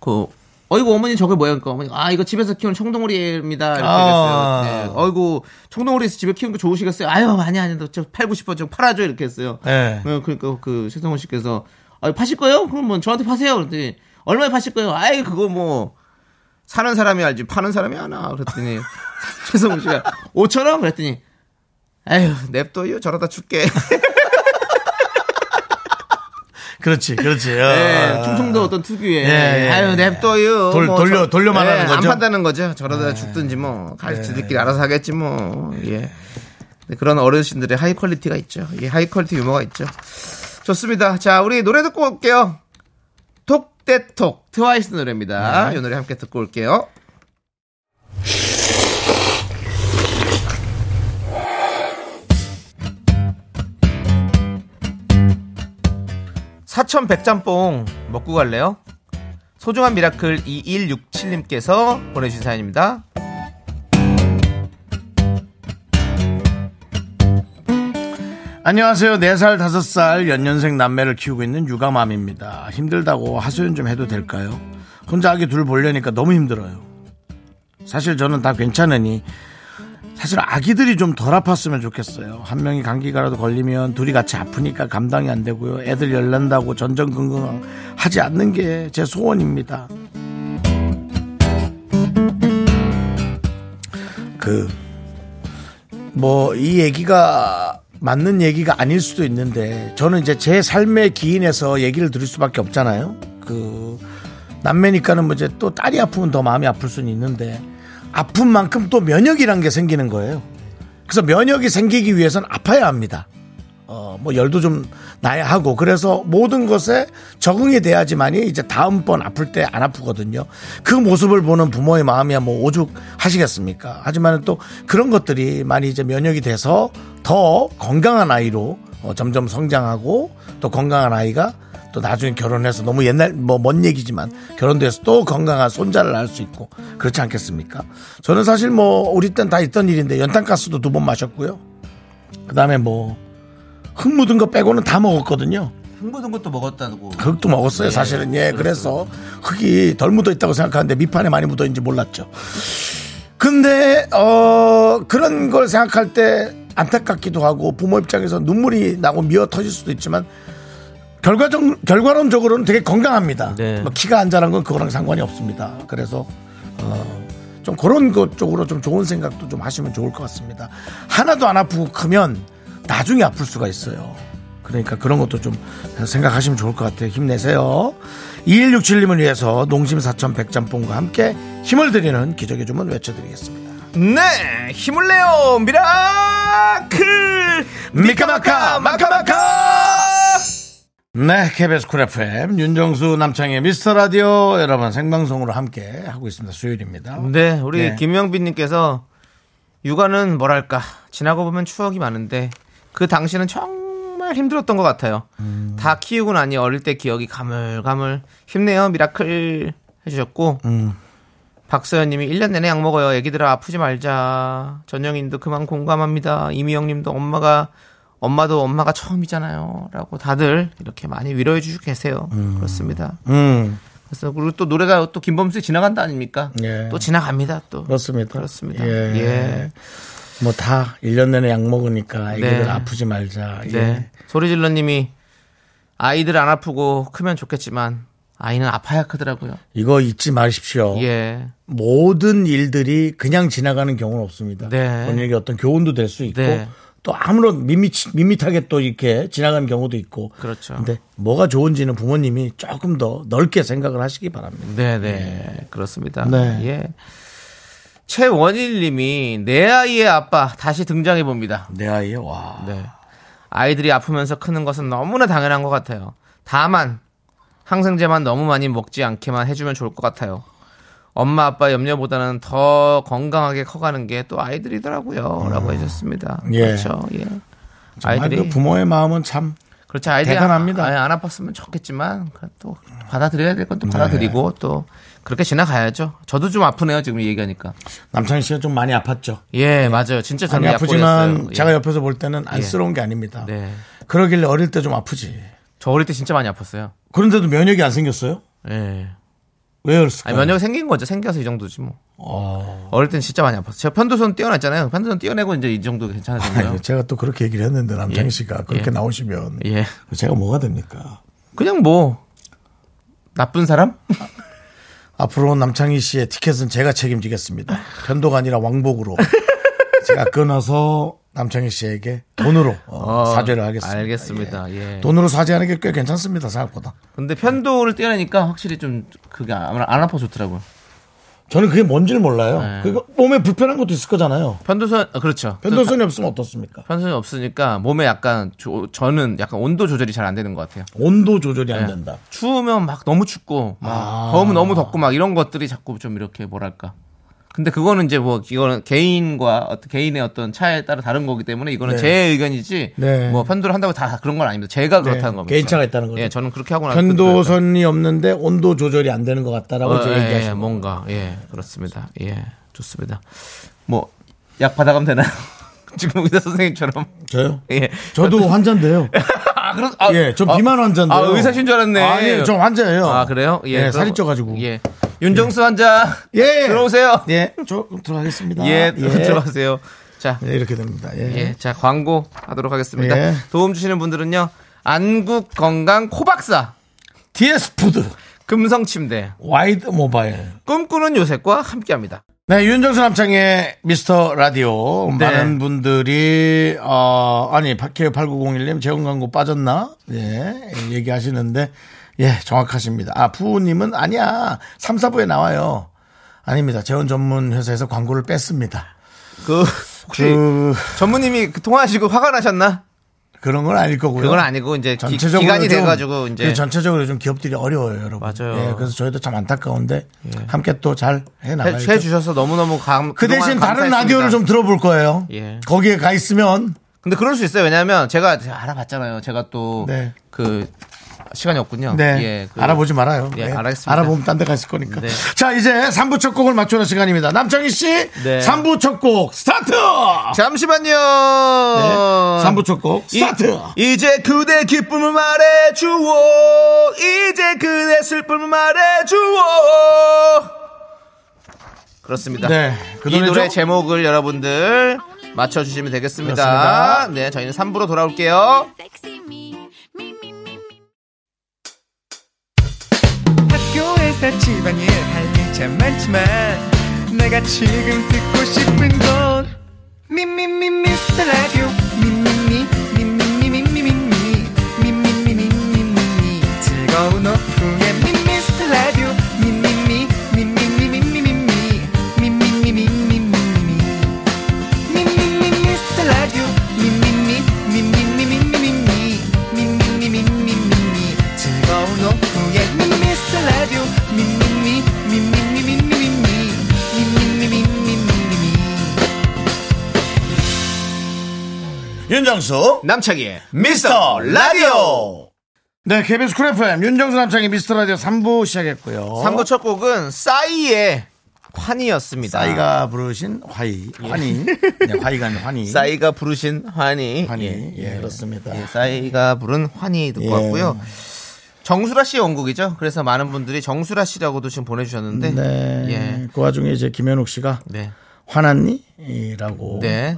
A: 그 어이구 어머니 저게 뭐야 그러니까 어머니 아 이거 집에서 키우는 청동오리입니다 이렇게
B: 아.
A: 얘기했어요. 네. 어이구 청동오리에서 집에 키우는 거 좋으시겠어요? 아유 아니 아니 저 팔고 싶어 좀 팔아줘 이렇게 했어요.
B: 네.
A: 네, 그러니까 그 최성훈 씨께서 아 파실 거예요? 그럼 뭐 저한테 파세요. 그랬더니 얼마에 파실 거예요? 아이 그거 뭐 사는 사람이 알지 파는 사람이 아나 그랬더니 최성훈 씨가 5천 원 그랬더니 에휴 냅둬요 저러다 죽게.
B: 그렇지, 그렇지.
A: 예,
B: 어.
A: 충청도 어떤 특유의
B: 예, 예.
A: 아유 냅둬요
B: 돌- 돌려- 돌려
A: 그렇죠. 뭐
B: 말하는
A: 예, 안
B: 거죠? 네.
A: 판다는 거죠 저러다 죽든지 뭐 가족들끼리 알아서 하겠지 뭐예 네, 그런 어르신들의 하이 퀄리티가 있죠. 이 하이 퀄리티 유머가 있죠. 좋습니다. 자, 우리 노래 듣고 올게요. 톡대톡 트와이스
B: 네.
A: 노래입니다. 이 노래 함께 듣고 올게요. 사천 백짬뽕 먹고 갈래요? 소중한 미라클 2167님께서 보내주신 사연입니다.
B: 안녕하세요. 4살, 5살 연년생 남매를 키우고 있는 육아맘입니다. 힘들다고 하소연 좀 해도 될까요? 혼자 아기 둘 보려니까 너무 힘들어요. 사실 저는 다 괜찮으니 사실 아기들이 좀 덜 아팠으면 좋겠어요. 한 명이 감기가라도 걸리면 둘이 같이 아프니까 감당이 안 되고요. 애들 열난다고 전전긍긍 하지 않는 게 제 소원입니다. 그 뭐 이 얘기가 맞는 얘기가 아닐 수도 있는데 저는 이제 제 삶의 기인에서 얘기를 들을 수밖에 없잖아요. 그 남매니까는 뭐 이제 또 딸이 아프면 더 마음이 아플 수는 있는데 아픈 만큼 또 면역이란 게 생기는 거예요. 그래서 면역이 생기기 위해서는 아파야 합니다. 어, 뭐 열도 좀 나야 하고 그래서 모든 것에 적응이 돼야지만이 이제 다음번 아플 때 안 아프거든요. 그 모습을 보는 부모의 마음이야 뭐 오죽하시겠습니까? 하지만 또 그런 것들이 많이 이제 면역이 돼서 더 건강한 아이로 어, 점점 성장하고 또 건강한 아이가 또 나중에 결혼해서 너무 옛날 뭐 먼 얘기지만 결혼돼서 또 건강한 손자를 낳을 수 있고 그렇지 않겠습니까? 저는 사실 뭐 우리 땐 다 있던 일인데 연탄가스도 두 번 마셨고요. 그다음에 뭐 흙 묻은 거 빼고는 다 먹었거든요.
A: 흥분한 것도 먹었다고.
B: 흙도 먹었어요, 사실은. 예, 그래서 흙이 덜 묻어 있다고 생각하는데 밑판에 많이 묻어 있는지 몰랐죠. 근데, 어, 그런 걸 생각할 때 안타깝기도 하고 부모 입장에서 눈물이 나고 미어 터질 수도 있지만 결과적, 결과론적으로는 되게 건강합니다.
A: 네.
B: 뭐 키가 안 자란 건 그거랑 상관이 없습니다. 그래서, 어, 좀 그런 것 쪽으로 좀 좋은 생각도 좀 하시면 좋을 것 같습니다. 하나도 안 아프고 크면 나중에 아플 수가 있어요. 그러니까 그런 것도 좀 생각하시면 좋을 것 같아요. 힘내세요. 2167님을 위해서 농심 사천 백짬뽕과 함께 힘을 드리는 기적의 주문 외쳐드리겠습니다.
A: 네! 힘을 내요! 미라클!
B: 미카마카 마카마카 네, KBS 쿨 FM 윤정수 남창의 미스터 라디오 여러분 생방송으로 함께 하고 있습니다. 수요일입니다.
A: 네, 우리
B: 네.
A: 김영빈님께서 육아는 뭐랄까 지나고 보면 추억이 많은데 그 당시는 정말 힘들었던 것 같아요.
B: 음.
A: 다 키우고 나니 어릴 때 기억이 가물가물 힘내요 미라클 해주셨고
B: 음.
A: 박서연님이 1년 내내 약 먹어요. 애기들아 아프지 말자. 전영인도 그만 공감합니다. 이미영님도 엄마가 엄마도 엄마가 처음이잖아요.라고 다들 이렇게 많이 위로해 주시고 계세요. 그렇습니다.
B: 음,
A: 그래서 그리고 또 노래가 또 김범수 지나간다 아닙니까?
B: 예.
A: 또 지나갑니다 또.
B: 그렇습니다.
A: 그렇습니다.
B: 예.
A: 예.
B: 뭐 다 1년 내내 약 먹으니까 애기들
A: 네.
B: 아프지 말자. 예.
A: 네. 소리질러님이 아이들 안 아프고 크면 좋겠지만 아이는 아파야 크더라고요.
B: 이거 잊지 마십시오.
A: 예.
B: 모든 일들이 그냥 지나가는 경우는 없습니다.
A: 네.
B: 본인에게 어떤 교훈도 될 수 있고
A: 네.
B: 또 아무런 밋밋, 밋밋하게 또 이렇게 지나가는 경우도 있고.
A: 그렇죠.
B: 근데 뭐가 좋은지는 부모님이 조금 더 넓게 생각을 하시기 바랍니다.
A: 네, 네. 그렇습니다.
B: 예. 네.
A: 예. 최원일 님이 내 아이의 아빠 다시 등장해 봅니다.
B: 내 아이의 와.
A: 네. 아이들이 아프면서 크는 것은 너무나 당연한 것 같아요. 다만 항생제만 너무 많이 먹지 않게만 해주면 좋을 것 같아요. 엄마 아빠 염려보다는 더 건강하게 커가는 게 또 아이들이더라고요.라고 해줬습니다.
B: 예.
A: 그렇죠. 예.
B: 정말 그
A: 아이들이
B: 부모의 마음은 참
A: 그렇지 아이들이
B: 대단합니다.
A: 아예 안 아팠으면 좋겠지만 그래도 또 받아들여야 될 건
B: 네.
A: 또 받아들이고 또 그렇게 지나가야죠. 저도 좀 아프네요 지금 얘기하니까.
B: 남창희 씨가 좀 많이 아팠죠.
A: 예, 맞아요. 진짜
B: 네. 많이
A: 저는
B: 아프지만
A: 약골이었어요. 예.
B: 제가 옆에서 볼 때는 안쓰러운 게 아닙니다.
A: 네.
B: 그러길래 어릴 때 좀 아프지.
A: 저 어릴 때 진짜 많이 아팠어요.
B: 그런데도 면역이 안 생겼어요?
A: 예.
B: 왜 그랬을까요?
A: 아니,
B: 아,
A: 면역 생긴 거죠. 생겨서 이 정도지 뭐. 어릴 땐 진짜 많이 아팠어요. 제가 편도선 떼어놨잖아요. 편도선 떼어내고 이제 이 정도 괜찮아졌네요.
B: 아니, 제가 또 그렇게 얘기를 했는데 남창희
A: 예.
B: 씨가 그렇게
A: 예.
B: 나오시면
A: 예.
B: 제가 뭐가 됩니까?
A: 그냥 뭐 나쁜 사람?
B: 앞으로 남창희 씨의 티켓은 제가 책임지겠습니다. 편도가 아니라 왕복으로 제가 끊어서 남창희 씨에게 돈으로 어,
A: 어,
B: 사죄를 하겠습니다.
A: 알겠습니다. 예.
B: 돈으로 사죄하는 게 꽤 괜찮습니다 생각보다.
A: 근데 편도를 떼어내니까 확실히 좀 그게 안, 안 아파 좋더라고요.
B: 저는 그게 뭔지를 몰라요.
A: 예.
B: 그러니까 몸에 불편한 것도 있을 거잖아요.
A: 편도선 아, 그렇죠.
B: 변도선이 없으면 어떻습니까?
A: 편도선이 없으니까 몸에 약간 조- 저는 약간 온도 조절이 잘 안 되는 것 같아요.
B: 온도 조절이
A: 예.
B: 안 된다.
A: 추우면 막 너무 춥고 막
B: 아.
A: 더우면 너무 덥고 막 이런 것들이 자꾸 좀 이렇게 뭐랄까. 근데 그거는 이제 뭐 이거는 개인과 어떤 개인의 어떤 차에 따라 다른 거기 때문에 이거는 제 의견이지
B: 네.
A: 뭐 편도를 한다고 다 그런 건 아닙니다. 제가 그렇다는 겁니다.
B: 개인차가 있다는 거죠.
A: 예, 저는 그렇게 하고 나서
B: 변도선이 없는데 온도 조절이 안 되는 것 같다라고
A: 어,
B: 제
A: 예,
B: 얘기하시는
A: 예,
B: 거.
A: 뭔가 예 그렇습니다. 예 좋습니다. 뭐 약 받아가면 되나요? 지금 의사 선생님처럼
B: 저요?
A: 예.
B: 저도 환자인데요.
A: 아 그런 아,
B: 예, 저
A: 아,
B: 비만 환자인데요.
A: 아, 의사신 줄 알았네.
B: 아니, 저 환자예요.
A: 아 그래요?
B: 예, 살이 쪄가지고. 예,
A: 예. 윤정수 환자
B: 예.
A: 들어오세요. 예,
B: 저 들어가겠습니다.
A: 들어가세요. 자,
B: 예, 이렇게 됩니다. 예.
A: 예, 자 광고 하도록 하겠습니다.
B: 예.
A: 도움 주시는 분들은요, 안국 건강 코박사,
B: DS 푸드
A: 금성 침대,
B: 와이드 모바일.
A: 꿈꾸는 요셉과 함께합니다.
B: 네, 윤정수 남창의 미스터 라디오.
A: 네.
B: 많은 분들이, 어, 아니, K8901님 재원 광고 빠졌나? 예, 얘기하시는데, 예, 정확하십니다. 아, 부우님은 아니야. 3, 4부에 나와요. 아닙니다. 재원 전문 회사에서 광고를 뺐습니다.
A: 그 혹시
B: 그,
A: 전무님이 그 통화하시고 화가 나셨나?
B: 그런 건 아닐 거고요.
A: 그건 아니고 이제 기,
B: 전체적으로
A: 기간이
B: 좀-
A: 돼가지고 이제
B: 그 전체적으로 좀 기업들이 어려워요, 여러분.
A: 맞아요.
B: 예, 그래서 저희도 참 안타까운데 함께 또 잘
A: 해,
B: 해나가야죠.
A: 해 주셔서 너무너무 감.
B: 그 대신
A: 그동안
B: 다른
A: 감사했습니다.
B: 라디오를 좀 들어볼 거예요.
A: 예.
B: 거기에 가 있으면
A: 근데 그럴 수 있어요. 왜냐하면 제가 알아봤잖아요. 제가 또 그
B: 네.
A: 시간이 없군요.
B: 네.
A: 예, 그-
B: 알아보지 말아요. 네.
A: 예, 알겠습니다.
B: 알아보면 딴 데 가 있을 거니까.
A: 네.
B: 자, 이제 3부 첫 곡을 맞추는 시간입니다. 남창희 씨,
A: 네.
B: 3부 첫 곡 스타트!
A: 잠시만요.
B: 아. 네. 3부 첫 곡
A: 어, 이-
B: 스타트!
A: 이제 그대 기쁨을 말해주오. 이제 그대 슬픔을 말해주오. 그렇습니다.
B: 네, 그
A: 이
B: 노래죠?
A: 노래 제목을 여러분들 맞춰주시면 되겠습니다.
B: 그렇습니다.
A: 네, 저희는 3부로 돌아올게요.
E: Sexy me, me, me, me, me.
F: 학교에서 집안일 할 일 참 많지만 내가 지금 듣고 싶은 건 미미미 미스터 라디오 미미미 미미미 미미미 미미미 미미미 즐거운 오후에 미스터 라디오 미미미 미미미 미미미 미미미 미미미
B: 윤정수,
A: 남창희의
B: 미스터 라디오! 네, KBS 쿨 FM, 윤정수 남창희 미스터 라디오 3부 시작했고요.
A: 3부 첫 곡은 싸이의 환희였습니다. 예.
B: 싸이가 부르신 화이, 환희. 네, 화이가 아니라 환희.
A: 싸이가 부르신 환희.
B: 환희. 예, 그렇습니다.
A: 예, 싸이가 부른 환희 듣고
B: 예.
A: 왔고요. 정수라 씨의 원곡이죠. 그래서 많은 분들이 정수라 씨라고도 지금 보내주셨는데.
B: 네.
A: 예.
B: 그 와중에 이제 김현욱 씨가
A: 네.
B: 화났니? 이라고.
A: 네.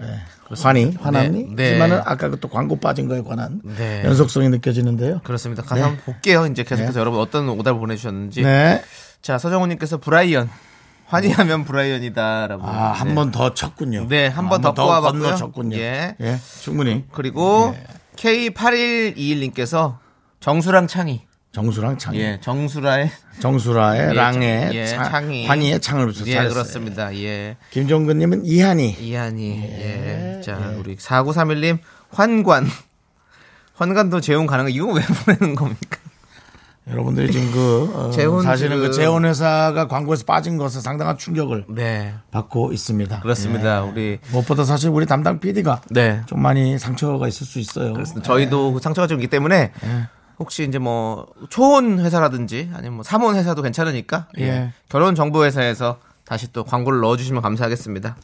B: 환희, 화났니?
A: 네, 네.
B: 하지만은 아까 그 또 광고 빠진 거에 관한
A: 네.
B: 연속성이 느껴지는데요.
A: 그렇습니다. 가사 한번 볼게요. 이제 계속해서 여러분 어떤 오답을 보내주셨는지.
B: 네.
A: 자, 서정훈님께서 브라이언. 환희하면 브라이언이다. 라고.
B: 아, 한
A: 네.
B: 번 더 쳤군요.
A: 네, 한번더
B: 한번더
A: 꼬아봤고요.
B: 건너쳤군요.
A: 예.
B: 예, 충분히.
A: 그리고
B: 네.
A: K8121님께서 정수랑 창희.
B: 정수랑 창.
A: 예, 정수라의
B: 정수라의
A: 예,
B: 랑의
A: 예,
B: 창,
A: 창이.
B: 환희의 창을 붙여서
A: 예,
B: 잘했어요.
A: 그렇습니다. 예.
B: 김종근님은 이한이.
A: 이한이. 예. 자, 우리 4931님 환관. 환관도 재혼 가능한 이거 왜 보내는 겁니까?
B: 여러분들이 지금 그 어,
A: 재혼
B: 사실은
A: 지금-
B: 그 재혼 회사가 광고에서 빠진 것에 상당한 충격을
A: 네.
B: 받고 있습니다.
A: 그렇습니다. 우리
B: 예. 무엇보다 사실 우리 담당 PD가
A: 네.
B: 좀 많이 상처가 있을 수 있어요.
A: 그렇습니다.
B: 예.
A: 저희도 상처가 좀 있기 때문에 혹시 이제 뭐 초혼 회사라든지 아니면 뭐 사모혼 회사도 괜찮으니까
B: 예.
A: 결혼 정보 회사에서 다시 또 광고를 넣어 주시면 감사하겠습니다.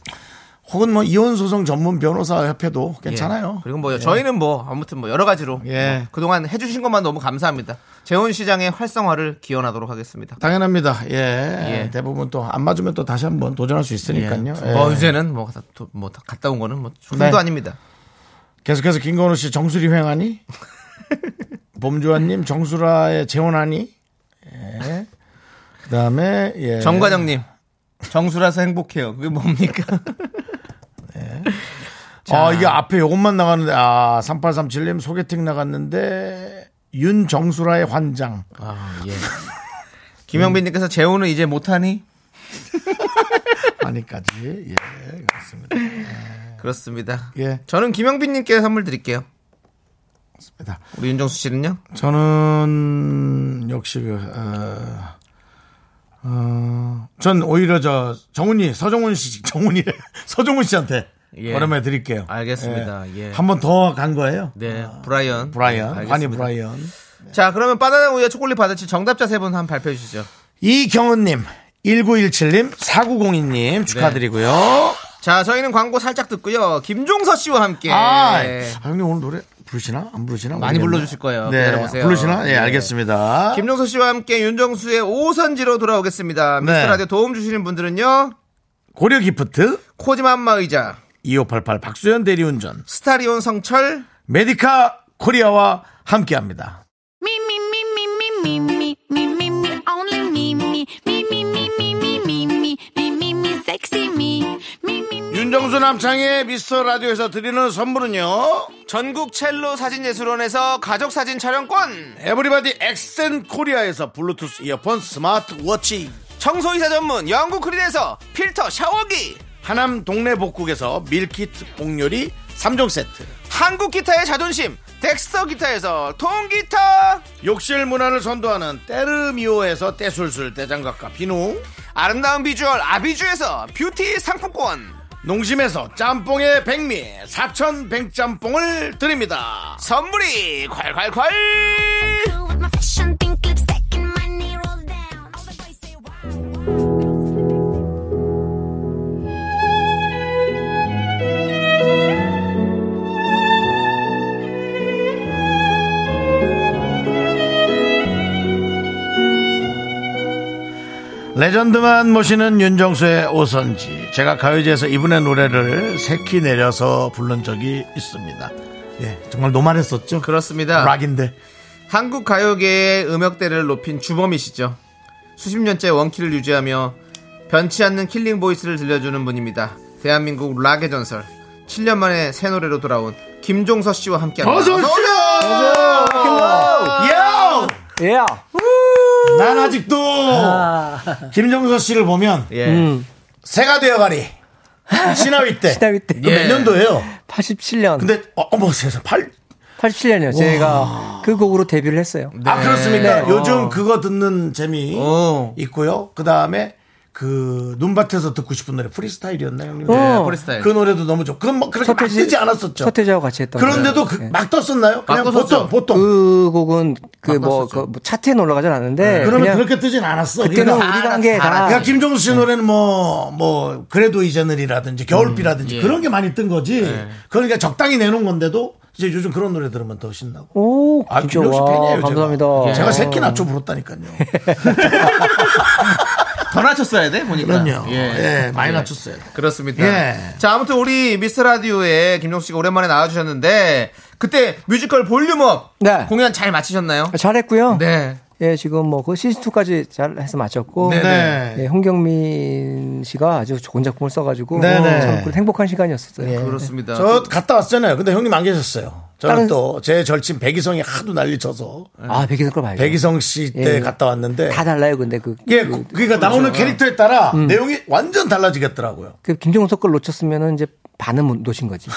B: 혹은 뭐 이혼 소송 전문 변호사 협회도
A: 예.
B: 괜찮아요.
A: 그리고 뭐 저희는 뭐 아무튼 뭐 여러 가지로
B: 예.
A: 뭐 그동안 해 주신 것만 너무 감사합니다. 재혼 시장의 활성화를 기원하도록 하겠습니다.
B: 당연합니다. 예.
A: 예.
B: 대부분 또 안 맞으면 또 다시 한번 도전할 수 있으니까요. 예.
A: 뭐 이제는 뭐, 다, 또, 뭐 다, 갔다 온 거는 뭐 조금도
B: 네.
A: 아닙니다.
B: 계속해서 김건우 씨 정수리 횡하니? 범주환님 정수라의 재혼하니? 예. 그 다음에 예.
A: 정관영님 정수라서 행복해요. 그게 뭡니까?
B: 아 이게 앞에 요것만 나가는데 아 3837님 소개팅 나갔는데 윤정수라의 환장
A: 아 예. 김영빈님께서 재혼은 이제 못하니?
B: 많이까지. 예, 그렇습니다.
A: 그렇습니다.
B: 예.
A: 저는 김영빈님께 선물 드릴게요.
B: 그렇습니다.
A: 우리 윤정수 씨는요?
B: 저는 역시 그, 어, 어, 전 오히려 저 정훈이 서정훈 씨 정훈이 서정훈 씨한테
A: 예.
B: 걸음에 드릴게요.
A: 알겠습니다. 예.
B: 한 번 더 간 거예요.
A: 네, 브라이언.
B: 브라이언,
A: 네,
B: 환희
A: 알겠습니다.
B: 브라이언.
A: 자, 그러면 바나나 우유와 초콜릿 받으실 정답자 세 분 한 발표해 주시죠.
B: 이경은님, 1917님, 4902님 축하드리고요.
A: 자, 저희는 광고 살짝 듣고요. 김종서 씨와 함께
B: 아, 아, 형님 오늘 노래 부르시나? 안 부르시나?
A: 네. 예. 많이
B: 모르겠네.
A: 불러주실 거예요.
B: 네,
A: 기다려보세요.
B: 부르시나? 예,
A: 네.
B: 알겠습니다.
A: 김종서 씨와 함께 윤정수의 오선지로 돌아오겠습니다.
B: 네.
A: 미스터 라디오 도움 주시는 분들은요.
B: 고려 기프트,
A: 코지마 안마 의자,
B: 2588 박수현 대리운전,
A: 스타리온 성철,
B: 메디카 코리아와 함께 합니다.
E: Me, me, me, me, me, me, me, me, me, me, only me, me, me, me, me, me, me, me, me, me, me, me, sexy me, me, me, me.
B: 윤정수 남창의 미스터 라디오에서 드리는 선물은요.
A: 전국 첼로 사진예술원에서 가족 사진 촬영권,
B: 에브리바디 엑센 코리아에서 블루투스 이어폰 스마트워치.
A: 청소이사 전문 영국 크린에서 필터 샤워기,
B: 하남 동네 복국에서 밀키트 복요리 3종 세트.
A: 한국 기타의 자존심 덱스터 기타에서 통기타,
B: 욕실 문화를 선도하는 때르미오에서 때술술 때장갑과 비누.
A: 아름다운 비주얼 아비주에서 뷰티 상품권,
B: 농심에서 짬뽕의 백미 사천 백짬뽕을 드립니다.
A: 선물이 콸콸콸!
E: Cool with my fashion pink lipstick and my knee rolls down. All the boys say wow, wow.
B: 레전드만 모시는 윤정수의 오선지. 제가 가요제에서 이분의 노래를 새키 내려서 부른 적이 있습니다. 예, 정말 노말했었죠.
A: 그렇습니다.
B: 락인데.
A: 한국 가요계의 음역대를 높인 주범이시죠. 수십 년째 원키를 유지하며 변치 않는 킬링 보이스를 들려주는 분입니다. 대한민국 락의 전설. 7년 만에 새 노래로 돌아온 김종서 씨와 함께합니다.
B: 어서 오세요! 야!
G: 예.
B: 난 아직도 김정서 씨를 보면
A: 예.
B: 음, 새가 되어가리. 신화위 때.
G: 시다위 때
B: 몇 년도예요?
G: 87년.
B: 근데 어, 어머 세상 팔.
G: 87년이요. 제가 그 곡으로 데뷔를 했어요.
B: 아 그렇습니까?
G: 네.
B: 요즘 그거 듣는 재미
A: 예. 오.
B: 있고요. 그 다음에 그 눈밭에서 듣고 싶은 노래 프리스타일이었나요, 형님?
G: 어.
A: 네, 프리스타일.
B: 그 노래도 너무 좋고 그건 뭐 그렇게 막 뜨지 않았었죠.
G: 서태지하고 같이 했던
B: 그런데도
G: 거예요.
B: 그
G: 예.
B: 막 떴었나요? 그냥
A: 막
B: 보통
A: 떴었죠.
B: 보통.
G: 그 곡은 그 뭐
A: 바꿨었죠. 네.
G: 차트에 는 올라가진 않는데
B: 그러면
G: 그냥
B: 그렇게 뜨진 않았어.
G: 그때는
B: 우리가.
G: 우리가 한 게 다
B: 그러니까 김종수 씨 노래는 뭐, 뭐, 그래도 이제는이라든지 겨울비라든지 그런 게 많이 뜬 거지. 그러니까 적당히 내놓은 건데도 이제 요즘 그런 노래 들으면 더 신나고.
G: 오,
B: 아,
G: 진짜
B: 김종수
G: 와,
B: 팬이에요.
G: 감사합니다.
B: 제가, 제가 새끼 낳죠 물었다니까요.
A: 더 낮췄어야 돼, 보니까.
B: 그럼요. 예, 많이 낮췄어요.
A: 그렇습니다.
B: 예.
A: 자, 아무튼 우리 미스 라디오에 김종수 씨가 오랜만에 나와주셨는데 그때 뮤지컬 볼륨업
G: 네.
A: 공연 잘 마치셨나요?
G: 아, 잘했고요.
A: 네.
G: 예, 지금 뭐 그 시즌 2까지 잘 해서 마쳤고
B: 네.
G: 예, 홍경민 씨가 아주 좋은 작품을 써가지고
B: 네, 네.
G: 참 그래도 행복한 시간이었어요.
A: 그렇습니다.
B: 저 갔다 왔잖아요. 근데 형님 안 계셨어요. 저는
G: 다른-
B: 또 제 절친 백이성이 하도 난리쳐서
G: 아 백이성 걸 봐요.
B: 백이성 씨 때
G: 예.
B: 예. 갔다 음. 왔는데
G: 다 달라요, 근데 그.
B: 예, 그- 그러니까 나오는 캐릭터에 따라 내용이 완전 달라지겠더라고요.
G: 그 김종석 걸 놓쳤으면은 이제 반은 못 놓친 거지.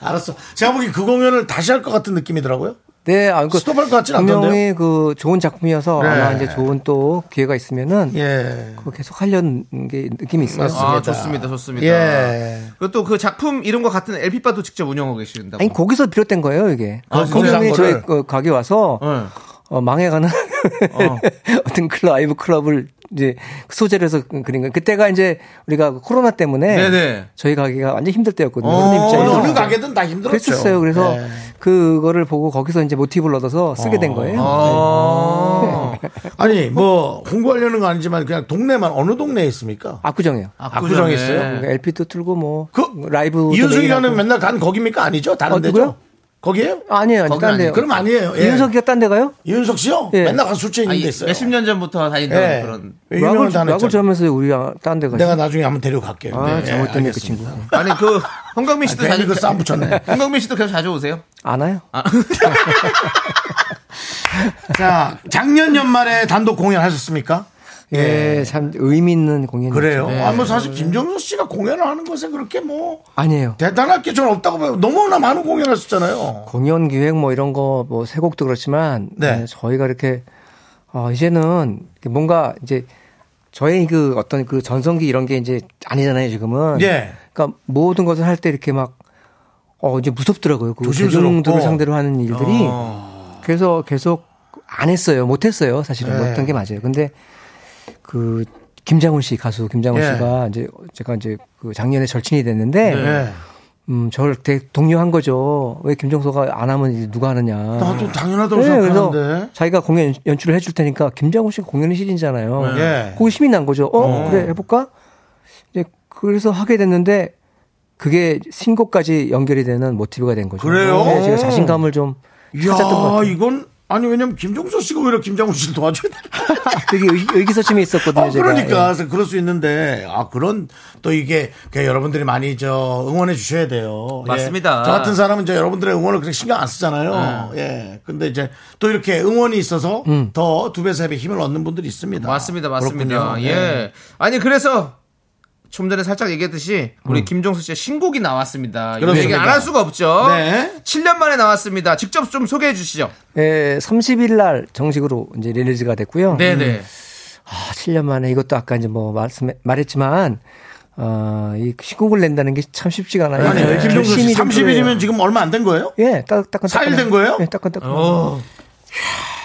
B: 알았어. 제가 보기 그 공연을 다시 할 것 같은 느낌이더라고요.
G: 네, 아, 그
B: 스톱할 것 같진 않던데요?
G: 분명히 그 좋은 작품이어서
B: 네.
G: 아마 이제 좋은 또 기회가 있으면은
B: 예.
G: 그거 계속 하려는 게 느낌이 있어요.
B: 맞습니다.
A: 아, 좋습니다. 좋습니다.
B: 예.
A: 그리고 또 그 작품 이름과 같은 LP바도 직접 운영하고 계신다고.
G: 아니 거기서 비롯된 거예요 이게.
B: 아,
G: 그
B: 거기서
G: 분명히
B: 한 거를?
G: 저희 그 가게 와서
A: 네.
G: 어, 망해가는 어. 떤 클럽, 아이브 클럽을 이제 소재로 해서 그린 거예요. 그때가 이제 우리가 코로나 때문에
A: 네네.
G: 저희 가게가 완전 힘들 때였거든요. 손님
B: 어느,
G: 입장에서.
B: 어느 가게든 다 힘들었죠.
G: 그랬었어요. 그래서
B: 예.
G: 그거를 보고 거기서 이제 모티브를 얻어서 쓰게 된 거예요.
A: 아.
B: 아니 뭐 홍보하려는 건 아니지만 그냥 동네만 어느 동네에 있습니까?
G: 압구정이요.
A: 아, 네.
B: 압구정에 있어요?
G: 그러니까 LP도 틀고 뭐
B: 아, 네. 그
G: 라이브
B: 이윤석이라는 맨날 간 거기입니까? 아니죠? 다른
G: 어,
B: 데죠?
G: 누구요?
B: 거기에요?
G: 아니에요.
A: 거긴
G: 딴
A: 아니에요.
G: 데요.
B: 그럼 아니에요. 예.
G: 이윤석이가 딴 데 가요?
B: 이윤석 씨요?
G: 예.
B: 맨날 간 술집 있는 데 있어요.
A: 몇십 년 전부터 다니던
B: 예.
A: 그런.
B: 왜 유명한
G: 락을
B: 단어
G: 락을
B: 있잖아요.
G: 좋아하면서 우리 딴 데 가요.
B: 내가 나중에 한번 데려갈게요.
G: 아,
B: 네,
G: 잘못됐네 그
B: 알겠습니다.
G: 친구.
A: 아니 그 홍경민 씨도
B: 아, 괜히
A: 자주
B: 그 싸움 붙였네.
A: 홍경민 씨도 계속 자주 오세요?
G: 안 와요?
B: 아, 자, 작년 연말에 단독 공연 하셨습니까?
G: 예, 참 의미 있는 공연이죠.
B: 그래요. 아,
G: 네.
B: 뭐 사실 김정수 씨가 공연을 하는 것에 그렇게 뭐
G: 아니에요.
B: 대단할 게 전 없다고 봐요. 너무나 많은 공연을 했었잖아요.
G: 공연 기획 뭐 이런 거 뭐 세 곡도 그렇지만
B: 네.
G: 네, 저희가 이렇게 어 이제는 뭔가 이제 저의 그 어떤 그 전성기 이런 게 이제 아니잖아요 지금은.
B: 예.
G: 그러니까 모든 것을 할 때 이렇게 막 어 이제 무섭더라고요. 그
B: 조심스럽고. 어.
G: 대중들을 상대로 하는 일들이 그래서 계속 안 했어요. 못 했어요. 사실은
B: 예.
G: 못 했던 게 맞아요. 근데 그 김장훈 씨 가수 김장훈
B: 예.
G: 씨가 이제 제가 이제 그 작년에 절친이 됐는데
B: 예.
G: 음, 저를 되게 독려한 거죠. 왜 김정수가 안 하면 이제 누가 하느냐.
B: 나도 당연하다고
G: 네, 그래서
B: 생각하는데.
G: 자기가 공연 연출을 해줄 테니까 김장훈 씨가 공연이 실인잖아요.
B: 네.
G: 그거 힘이 난 거죠. 어, 그래 해볼까? 이제 그래서 하게 됐는데 그게 신곡까지 연결이 되는 모티브가 된 거죠.
B: 그래요?
G: 네, 제가 자신감을 좀
B: 이야,
G: 찾았던 것 같아요.
B: 이건 아니 왜냐면 김종수 씨가 오히려 김장훈 씨를 도와줘야 돼.
G: 되게 의- 의기소침이 있었거든요.
B: 아,
G: 제가.
B: 그러니까
G: 예.
B: 그래서 그럴 수 있는데 아 그런 또 이게 그냥 여러분들이 많이 저 응원해 주셔야 돼요. 예.
A: 맞습니다.
B: 저 같은 사람은 저 여러분들의 응원을 그렇게 신경 안
G: 네.
B: 쓰잖아요. 예. 근데 이제 또 이렇게 응원이 있어서
G: 음.
B: 더 두 배 세 배 힘을 얻는 분들이 있습니다.
A: 맞습니다, 맞습니다.
B: 그렇군요. 네.
A: 예. 아니 그래서 좀 전에 살짝 얘기했듯이 우리 김종수 씨의 신곡이 나왔습니다. 이거
B: 음. 그렇습니다.
A: 얘기 안 할 수가 없죠.
B: 네.
A: 7년 만에 나왔습니다. 직접 좀 소개해 주시죠.
G: 예, 30일 날 정식으로 이제 릴리즈가 됐고요.
A: 네네.
G: 아, 7년 만에 이것도 아까 이제 뭐 말씀 말했지만 어, 이 신곡을 낸다는 게 참 쉽지가 않아요.
B: 아니
G: 네.
B: 김종수
G: 열심히
B: 씨
G: 좀
B: 30일이면
G: 그래요.
B: 지금 얼마 안 된 거예요?
G: 예, 따- 따끈
B: 사일 된 거예요?
G: 예, 따끈따끈.
A: 어.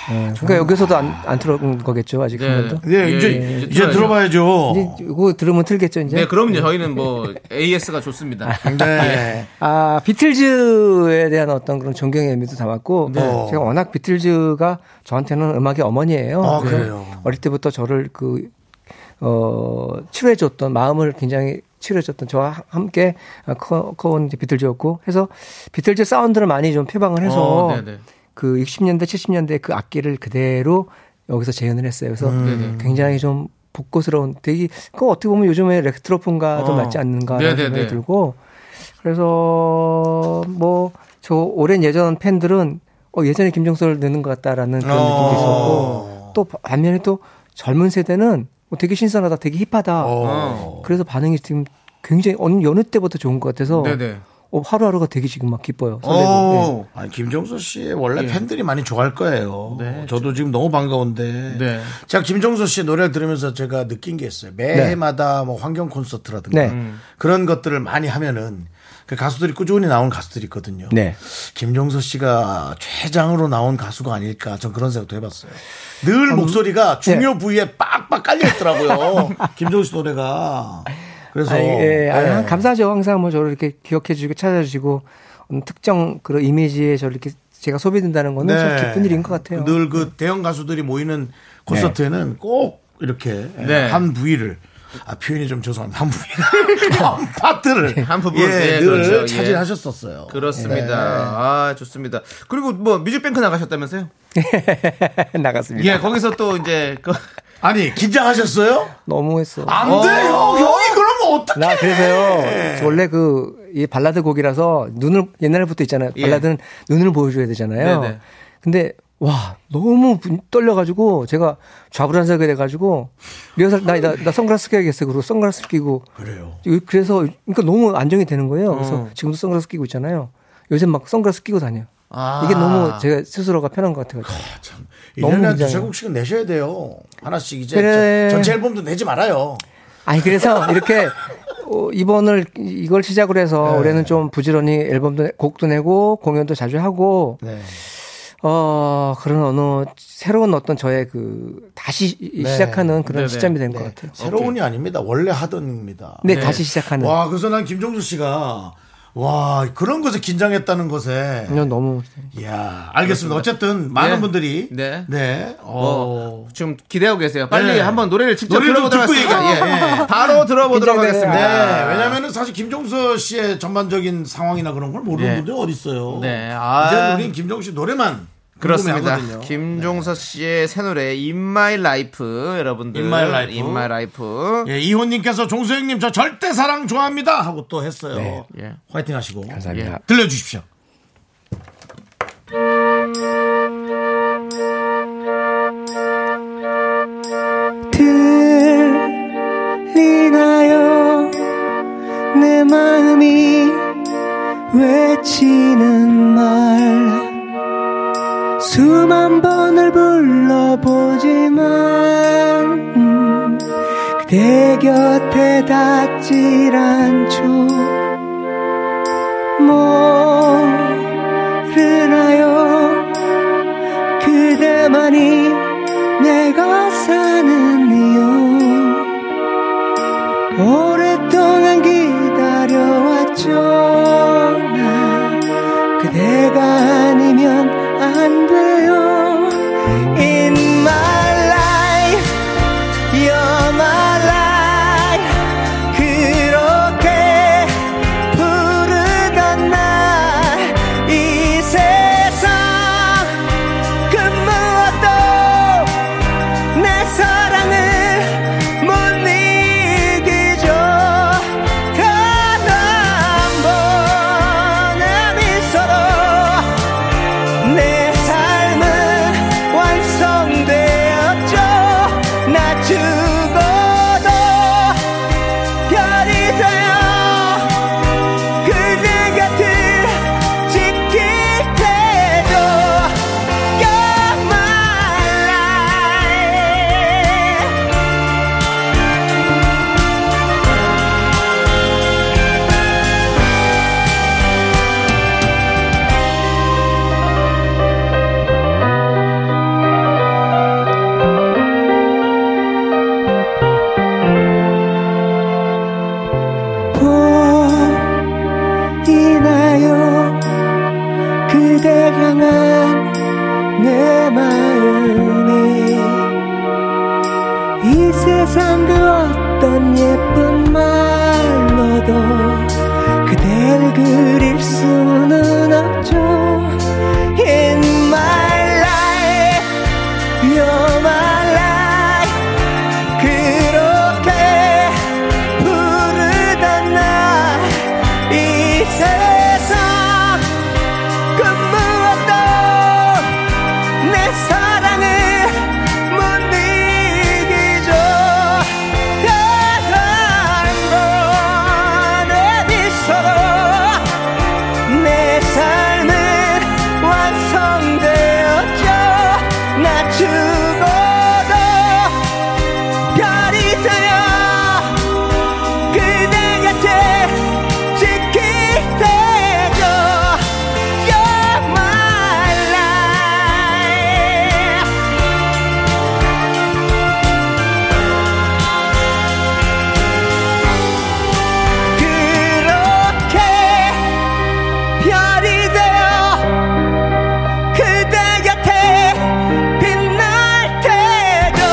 G: 그러니까 여기서도 안, 안 들어온 거겠죠, 아직 한
A: 네.
G: 번도.
B: 네, 이제
A: 예,
B: 이제 들어봐야죠.
G: 이제 이거 들으면 틀겠죠, 이제.
A: 네, 그럼요. 저희는 뭐 AS가 좋습니다.
B: 네.
G: 아, 비틀즈에 대한 어떤 그런 존경의 의미도 담았고 네, 제가 워낙 비틀즈가 저한테는 음악의 어머니예요.
B: 아,
G: 그래서
B: 그래요?
G: 어릴 때부터 저를 그 어, 치료해 줬던 마음을 굉장히 치료해 줬던 저와 함께 아, 커- 커온 이제 비틀즈였고 해서 비틀즈 사운드를 많이 좀 표방을 해서
A: 어, 네네.
G: 그 60년대 70년대 그 악기를 그대로 여기서 재현을 했어요. 그래서
A: 음.
G: 굉장히 좀 복고스러운 되게 그 어떻게 보면 요즘에 레트로폰과도
B: 어.
G: 맞지 않는가라는
A: 네네네.
G: 생각이 들고 그래서 뭐 저 오랜 예전 팬들은 어 예전에 김종서를 넣는 것 같다라는 그런
B: 어.
G: 느낌도 있었고 또 반면에 또 젊은 세대는 어, 되게 신선하다, 되게 힙하다.
B: 어.
G: 그래서 반응이 지금 굉장히 어느 여느 때보다 좋은 것 같아서
A: 네네. 어.
G: 어, 하루하루가 되게 지금 막 기뻐요. 설레고. 예. 네.
B: 오. 아니, 김종수 씨 원래 팬들이 많이 좋아할 거예요.
G: 네,
B: 저도 지금 너무 반가운데.
A: 네.
B: 제가 김종수 씨 노래를 들으면서 제가 느낀 게 있어요. 매해마다 뭐 환경 콘서트라든가
G: 네.
B: 그런 것들을 많이 하면은 그 가수들이 꾸준히 나온 가수들이 있거든요.
G: 네.
B: 김종수 씨가 최장으로 나온 가수가 아닐까 전 그런 생각도 해봤어요.
G: 음.
B: 늘
G: 네.
B: 목소리가 중요 부위에 빡빡 깔려 있더라고요. 김종수 씨 노래가. 그래서
G: 아니, 예, 아니,
B: 예.
G: 항- 감사하죠. 항상 뭐 저를 이렇게 기억해 주시고 찾아주시고 음, 특정 그런 이미지에 저를 이렇게 제가 소비된다는 거는 참 기쁜 일인 것 같아요. 네.
B: 늘 그 대형 가수들이 모이는 콘서트에는 꼭 이렇게
A: 네.
B: 한 부위를 아 표현이 좀 죄송합니다 한 부위를 한
G: 네,
B: 파트를
A: 한 부분,
B: 예,
A: 예,
B: 늘
A: 그렇죠. 예.
B: 차지하셨었어요.
A: 그렇습니다.
B: 네.
A: 아, 좋습니다. 그리고 뭐 뮤직뱅크 나가셨다면서요?
G: 나갔습니다.
A: 예, 거기서 또 이제 그
B: 네. 아니 긴장하셨어요?
G: 너무 했어.
B: 안 돼요 형이 그러면 어떡해
G: 나 그래서요. 저 원래 그 이 발라드 곡이라서 눈을 옛날부터 있잖아요.
A: 예.
G: 발라드는 눈을 보여줘야 되잖아요.
A: 네네.
G: 근데 와 너무 분- 떨려가지고 제가 좌불안석이 돼가지고 리허설 나, 나, 나 선글라스 껴야겠어 그리고 선글라스 끼고
B: 그래요.
G: 이- 그래서 그러니까 너무 안정이 되는 거예요. 그래서 지금도 선글라스 끼고 있잖아요. 요새 막 선글라스 끼고 다녀요.
A: 아.
G: 이게 너무 제가 스스로가 편한 것 같아요. 너무
B: 1년에 두세
G: 긴장해요.
B: 곡씩은 내셔야 돼요. 하나씩 이제
G: 그래.
B: 저- 전체 앨범도 내지 말아요.
G: 아니 그래서 이렇게 어, 이번을 이- 이걸 시작으로 해서 올해는 좀 부지런히 앨범도 내- 곡도 내고 공연도 자주 하고
B: 네.
G: 어 그런 어느 새로운 어떤 저의 그 다시 이- 시작하는 그런
A: 네네.
G: 시점이 된 것
B: 네.
G: 같아요.
B: 새로운이 아닙니다. 원래 하던 겁니다.
G: 네, 다시 시작하는.
B: 와 그래서 난 김종수 씨가 와 그런 것에 긴장했다는 것에
G: 그냥 네, 너무
B: 이야, 알겠습니다. 어쨌든 많은
A: 네.
B: 분들이
A: 네. 뭐.
B: 어.
A: 지금 기대하고 계세요. 빨리
B: 네.
A: 한번 노래를 직접
B: 노래를 좀
A: 들어보도록
B: 듣고
A: 하겠습니다.
B: 얘기하자.
A: 예. 바로 들어보도록
G: 긴장되네요.
A: 하겠습니다.
B: 네, 왜냐면은 사실 김종수 씨의 전반적인 상황이나 그런 걸 모르는
A: 네.
B: 분들이 어디 있어요.
A: 네, 아.
B: 이제 우린 김종수 씨 노래만
A: 그렇습니다.
B: 궁금해하거든요.
A: 김종서 씨의 새 노래 In My Life 여러분들
B: In My Life.
A: In My Life.
B: 예, 이혼님께서 종수 형님 저 절대 사랑 좋아합니다 하고 또 했어요.
A: 예.
B: 화이팅 하시고
G: 감사합니다.
A: 예.
B: 들려주십시오.
G: 들 외치는 말 수만 번을 불러보지만 음, 그대 곁에 닿질 않죠 모르나요 그대만이 내가 사는 이유 오랫동안 기다려왔죠 나 그대가 아니면 안 돼요 In my life You're my life 그렇게 부르던 날 이 세상 그 무엇도 내 사랑을 못 이기죠 단한 번의 미소로 내 삶은 완성되었죠 나 죽어도 별이 되어 그대 곁을 지킬 테죠 You're my life 보이나요 그댈 향한 내 마음이 이 세상 그 어떤 예쁜 말로도 그댈 그릴 수는 없죠 In my life You're my life 그렇게 부르던 날 이 세상 그 무엇도 내 사랑을 못 이기죠 다한 번의 미소로 내 삶은 완성되었죠 나 죽어도 별이 되어 그대 곁에 지킬 테죠 You're my life 그렇게 별이 되어 그대 곁에 빛날 테죠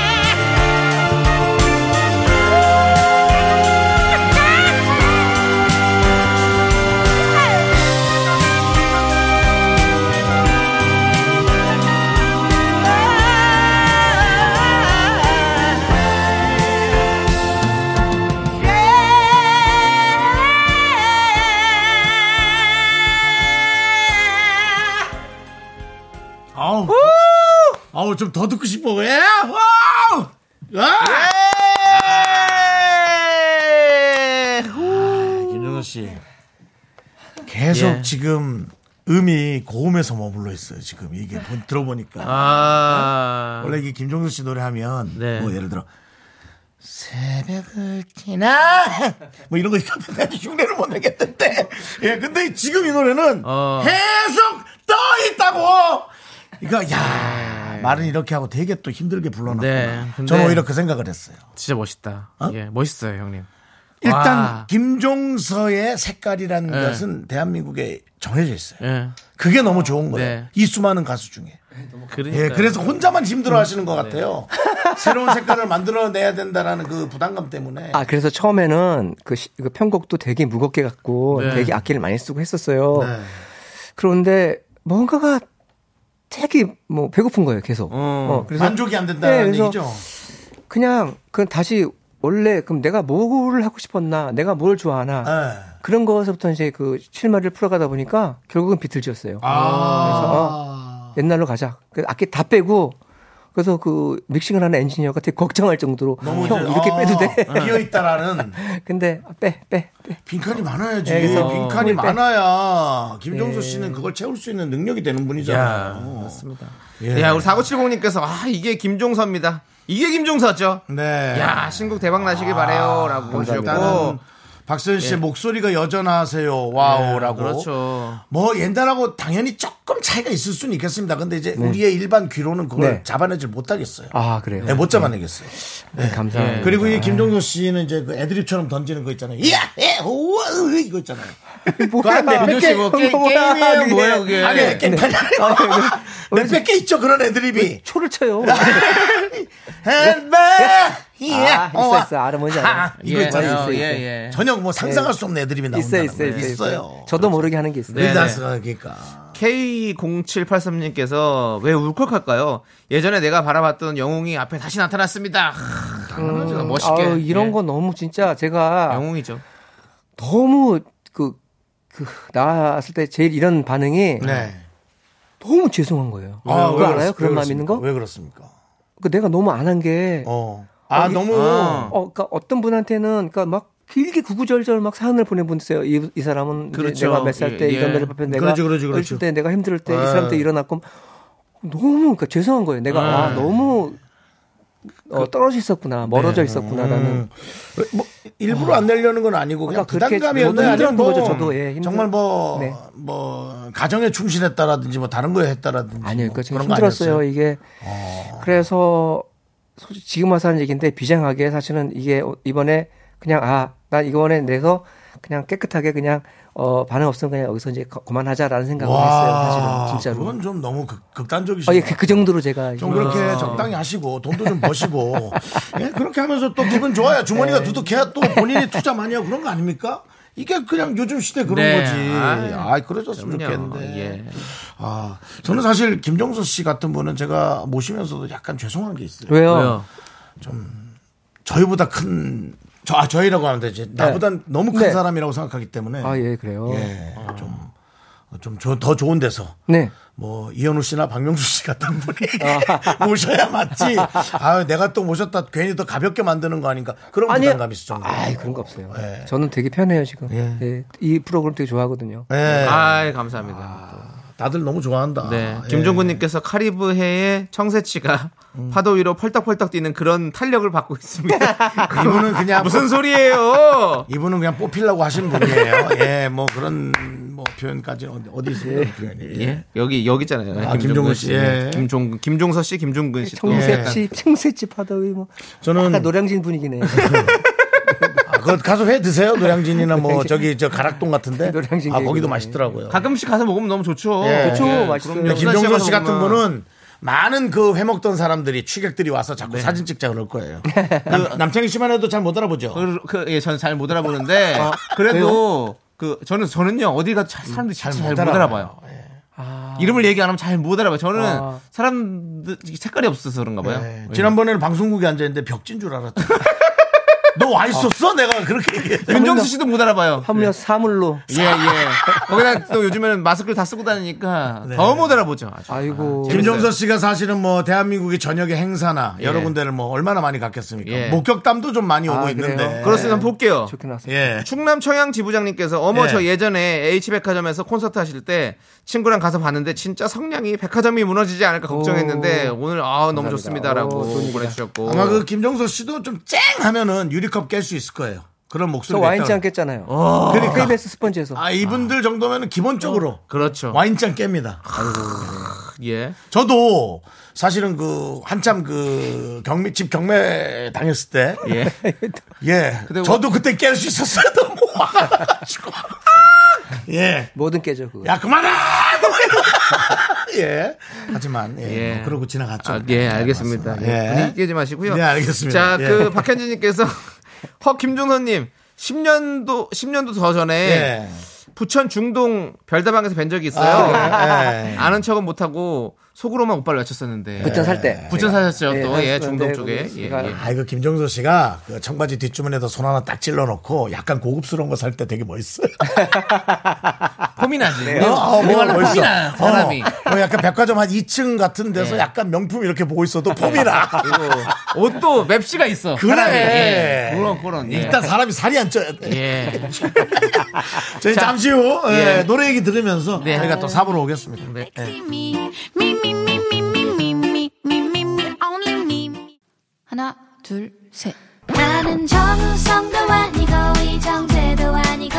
G: 영원히
B: 아우. 아우, 좀 더 듣고 싶어. 예! 와우! 예! 김정은 씨. 계속
A: 예.
B: 지금 음이 고음에서 머물러 있어요. 지금 이게 본- 들어보니까.
A: 아.
B: 원래 이게 김종수 씨 노래하면
A: 네.
B: 뭐 예를 들어 새벽을 지나 뭐 이런 거 있거든 내가 흉내를 못 내겠는데 예 근데 지금 이 노래는
A: 어.
B: 계속 떠 있다고 그러니까 야 말은 이렇게 하고 되게 또 힘들게 불러놨구나
A: 네, 근데-
B: 저는 오히려 그 생각을 했어요
A: 진짜 멋있다.
B: 어?
A: 예, 멋있어요, 형님.
B: 일단
A: 와.
B: 김종서의 색깔이라는
A: 네.
B: 것은 대한민국에 정해져 있어요
A: 예.
B: 그게 너무 좋은 거예요
A: 네.
B: 이 수많은 가수 중에
A: 그러니까.
B: 예, 그래서 혼자만
A: 음.
B: 힘들어 하시는
A: 네.
B: 것 같아요. 새로운 색깔을 만들어내야 된다라는 그 부담감 때문에.
H: 아, 그래서 처음에는 그, 시- 그 편곡도 되게 무겁게 갖고
A: 네.
H: 되게 악기를 많이 쓰고 했었어요.
B: 네.
H: 그런데 뭔가가 되게 뭐 배고픈 거예요, 계속. 어, 그래서
B: 만족이 안 된다는
H: 네, 그래서-
B: 얘기죠.
H: 그냥 그건 다시 원래 그럼 내가 뭐를 하고 싶었나, 내가 뭘 좋아하나
B: 예.
H: 그런 거에서부터 이제 그 실마리를 풀어가다 보니까 결국은 비틀즈였어요.
B: 아.
H: 그래서 어, 옛날로 가자. 그 악기 다 빼고
G: 그래서 그 믹싱을 하는 엔지니어가 되게 걱정할 정도로
B: 너무
G: 형
B: 이제,
G: 이렇게
B: 아,
G: 빼도 돼.
B: 비어있다라는
G: 근데 아, 빼, 빼, 빼.
B: 빈칸이 많아야지.
G: 네, 그래서
B: 빈칸이
G: 볼 때.
B: 많아야 김종수 씨는 그걸 채울 수 있는 능력이 되는 분이잖아요.
A: 맞습니다.
B: 예.
A: 야, 우리 4970님께서, 아, 이게 김종서입니다. 이게 김종서죠?
B: 네.
A: 야, 신곡 대박 나시길 바래요 라고
B: 일단은
A: 보내주셨고.
B: 박선 씨의 목소리가 여전하세요. 와우라고.
A: 예. 네, 그렇죠.
B: 뭐 옛날하고 당연히 조금 차이가 있을 수는 있겠습니다. 근데 이제 우리의 일반 귀로는 그걸
G: 네.
B: 잡아내질 못하겠어요.
G: 아, 그래요?
B: 네, 못 잡아내겠어요.
G: 네, 감사합니다.
B: 그리고 이 김종서 씨는 이제 그 애드립처럼 던지는 거 있잖아요. 이야, 예, 오, 으, 이거 있잖아요.
G: 뭐야,
B: 그거 안 돼.
A: 민준 씨, 뭐, 게, 임이
G: 아,
A: 에요 뭐예요, 그게?
B: 아니,
A: 네.
B: 몇개
G: 네.
B: 몇백 개 있죠 그런 애드립이.
G: 초를 쳐요.
A: 아,
B: 햄바,
G: 아,
B: 이야,
G: 있어, 있어. 알아, 뭔지 알아.
A: 예,
B: 이거 있잖아요.
A: 어, 예,
G: 있어요.
A: 예.
B: 전혀 뭐 상상할 수 없는 애드립이 나온다.
G: 네. 있어요, 있어요, 있어요.
B: 있어요.
G: 저도 모르게 하는 게 있어요.
A: 네.
B: 릴다스가 그러니까.
A: K0783님께서 왜 울컥할까요? 예전에 내가 바라봤던 영웅이 앞에 다시 나타났습니다. 하, 당연하죠.
B: 음,
A: 멋있게.
G: 아우, 이런
A: 예.
G: 건 너무 진짜 제가
A: 영웅이죠.
G: 너무 그, 그, 나왔을 때 제일 이런 반응이
B: 네.
G: 너무 죄송한 거예요.
B: 아, 왜
G: 그거 알아요?
B: 그렇습-
G: 그런
B: 왜
G: 마음 있는 거?
B: 그렇습니까? 왜 그렇습니까?
G: 그 내가 너무 안 한 게,
B: 어.
G: 어,
B: 아,
G: 아니,
B: 너무.
A: 아.
G: 그니까 어떤 분한테는, 그니까 막 길게 구구절절 막 사연을 보내보냈어요. 이, 이 사람은 이제
A: 그렇죠.
G: 내가 몇 살 때
A: 예,
G: 이
A: 예.
G: 정도를 밥해 내가
B: 그렇죠, 그렇죠,
G: 어렸을
B: 그렇죠.
G: 때 내가 힘들 때 이
B: 아.
G: 사람 때 일어났고 너무 그니까 죄송한 거예요. 내가 아, 너무 어, 떨어져 있었구나,
B: 네.
G: 멀어져 있었구나 나는.
B: 뭐, 일부러 안 내려는 건 아니고 그냥
G: 그러니까 그렇게
B: 부담감이었나요?
G: 힘들었던
B: 아니면 뭐
G: 거죠, 저도. 예, 힘들-
B: 정말 뭐,
G: 네.
B: 뭐 가정에 충실했다라든지 뭐 다른 거에 했다라든지
G: 아니요,
B: 뭐
G: 그러니까 제가
B: 그런 거
G: 힘들었어요.
B: 아니었어요?
G: 이게 그래서 솔직히 지금 와서 하는 얘기인데 비장하게 사실은 이게 이번에 그냥 아, 나 이번에 내서 그냥 깨끗하게 그냥 어 반응 없으면 그냥 여기서 이제 거- 그만하자라는 생각을 했어요. 사실은 진짜로.
B: 그건 좀 너무 극, 극단적이시죠.
G: 아, 예, 아. 그, 그 정도로 제가
B: 좀 그렇게 적당히 하시고 돈도 좀 버시고 예, 그렇게 하면서 또 기분 좋아야 주머니가
G: 네.
B: 두둑해야 또 본인이 투자 많이 하고 그런 거 아닙니까? 이게 그냥 요즘 시대 그런
A: 네.
B: 거지. 아,
A: 아이,
B: 그러셨으면
A: 그럼요.
B: 좋겠는데.
A: 예.
B: 아, 저는 사실 김종서 씨 같은 분은 제가 모시면서도 약간 죄송한 게 있어요.
G: 왜요?
A: 왜요?
B: 저희보다 큰 저, 아, 저희라고 하는데 이제 나보다 너무 큰
G: 네.
B: 사람이라고 생각하기 때문에
G: 아, 예, 그래요.
B: 예, 좀좀더 좋은 데서
G: 네.
B: 뭐 이현우 씨나 박명수 씨 같은 분이
G: 아.
B: 모셔야 맞지. 아, 내가 또 모셨다 괜히 더 가볍게 만드는 거 아닌가 그런
G: 아니요.
B: 부담감이 있을 정도.
G: 아이, 그런 거 없어요.
B: 예.
G: 저는 되게 편해요, 지금.
B: 예.
G: 예. 이 프로그램 되게 좋아하거든요.
B: 예,
A: 아이, 감사합니다.
B: 다들 너무 좋아한다.
A: 네.
B: 예.
A: 김종근님께서 카리브해의 청새치가
B: 음.
A: 파도 위로 펄떡펄떡 뛰는 그런 탄력을 받고 있습니다.
B: 예. 이분은 그냥
A: 무슨 소리예요?
B: 이분은 그냥 뽑히려고 하신 분이에요. 예, 뭐 그런 뭐 표현까지 어디, 어디 있습니까? 표현이.
A: 예. 여기 여기 있잖아요. 네.
B: 아, 김종근 씨. 예.
A: 김종 김종서 씨, 김종근 씨. 또.
G: 청새집, 청새집 하다 위 뭐.
B: 저는-
G: 약간 노량진 분위기네.
B: 아, 그거 가서 회 드세요. 노량진이나 뭐 저기 저 가락동 같은데.
G: 노량진
B: 아, 거기도
G: 개구리.
B: 맛있더라고요.
A: 가끔씩 가서 먹으면 너무 좋죠.
B: 예.
G: 그렇죠.
A: 예,
G: 맛있어요.
A: 그럼요.
B: 근데
A: 수산
B: 김종서
A: 가서
B: 씨 같은
A: 먹으면. 뭐
B: 분은 많은 그 회먹던 사람들이 취객들이 와서 자꾸
A: 네.
B: 사진 찍자 그럴 거예요. 남, 남창희 씨만 해도 잘 못 알아보죠.
A: 그, 그, 예, 저는 잘 못 알아보는데 그래도 그 저는 저는요 어디 가도 잘- 사람들이
B: 잘
A: 잘못
B: 못 예.
A: 알아봐요. 이름을 얘기 안 하면 잘 못 알아봐요. 저는
G: 아.
A: 사람들 색깔이 없어서 그런가 봐요.
B: 네. 지난번에는 방송국에 앉아 있는데 벽진 줄 알았죠. 너 와 있었어? 내가 그렇게 얘기했죠.
A: 윤정수 씨도 못 알아봐요.
G: 하물며 사물로.
A: 예, 예. 거기다 또 요즘에는 마스크를 다 쓰고 다니니까
B: 네.
A: 더 못 알아보죠. 아주.
G: 아이고.
B: 김종서 씨가 사실은 뭐 대한민국의 저녁의 행사나 여러
A: 예.
B: 군데를 뭐 얼마나 많이 갔겠습니까?
A: 예.
B: 목격담도 좀 많이 오고
G: 아, 그래요?
B: 있는데.
A: 네. 그렇습니다. 한번 볼게요.
G: 좋게 나왔어요.
B: 예.
A: 충남 청양 지부장님께서 어머
B: 예.
A: 저 예전에 H백화점에서 콘서트 하실 때 친구랑 가서 봤는데 진짜 성량이 백화점이 무너지지 않을까 걱정했는데
G: 오.
A: 오. 늘 아 너무
G: 감사합니다.
A: 좋습니다라고
G: 오, 좋은 얘기다.
A: 보내주셨고
B: 아마 그 김종서 씨도 좀 쨍 하면은 유리컵 깰 수 있을 거예요. 그런
G: 저
B: 목소리가 있다고.
G: 와인잔 깼잖아요.
B: 그러니까.
G: KBS 스펀지에서.
B: 아 이분들 정도면은 기본적으로
A: 그렇죠
B: 와인잔 깹니다.
A: 예
B: 저도 사실은 그 한참 그 경매 집 경매 당했을 때 예.
A: 예. 근데
B: 저도 그때 깰 수 있었어요. 너무 화가 나가지고. 예.
G: 뭐든 깨져, 그거.
B: 야 그만해. 예. 하지만 예.
A: 예.
B: 뭐 그러고 지나갔죠.
A: 아, 예, 알겠습니다.
B: 맞습니다.
A: 예. 분위기 깨지 마시고요.
B: 네,
A: 자,
B: 알겠습니다. 예.
A: 그 박현진님께서 허 김종선님 10년도 10년도 더 전에
B: 예.
A: 부천 중동 별다방에서 뵌 적이 있어요.
B: 아, 예.
A: 아는 척은 못하고 속으로만 오빠를
B: 네.
A: 외쳤었는데
G: 부천 살 때.
A: 부천 사셨죠
G: 예,
A: 또 예,
G: 네,
A: 중동
G: 네,
A: 쪽에
G: 거기
A: 예,
G: 제가
A: 예.
B: 아, 이거 김정서 씨가 그 청바지
A: 아,
B: 뒷주머니에다 손 하나 딱 찔러 넣고 약간 고급스러운 거 살 때 되게 멋있어요. 땀이 나지. 어, 어, 뭐,
A: 머리말라
B: 벌써.
A: 땀이 나요, 사람이.
B: 어, 뭐 약간 백화점 한 2층 같은 데서
A: 예.
B: 약간 명품 이렇게 보고 있어도 폼이 나.
A: 옷도 맵시가 있어.
B: 그래.
A: 사람이. 예. 그런 그런. 예.
B: 일단 사람이 살이 안 쪄야 돼.
A: 예.
B: 그렇죠. 저희 잠시 후 예,
A: 예.
B: 노래 얘기 들으면서
A: 네.
B: 저희가 또 사부로 오겠습니다.
E: Sexy me, me, me, me, me, me, me, me, me, me, me, only me, me.
I: 하나, 둘, 셋.
E: 나는 정우성도 아니고 이정재도 아니고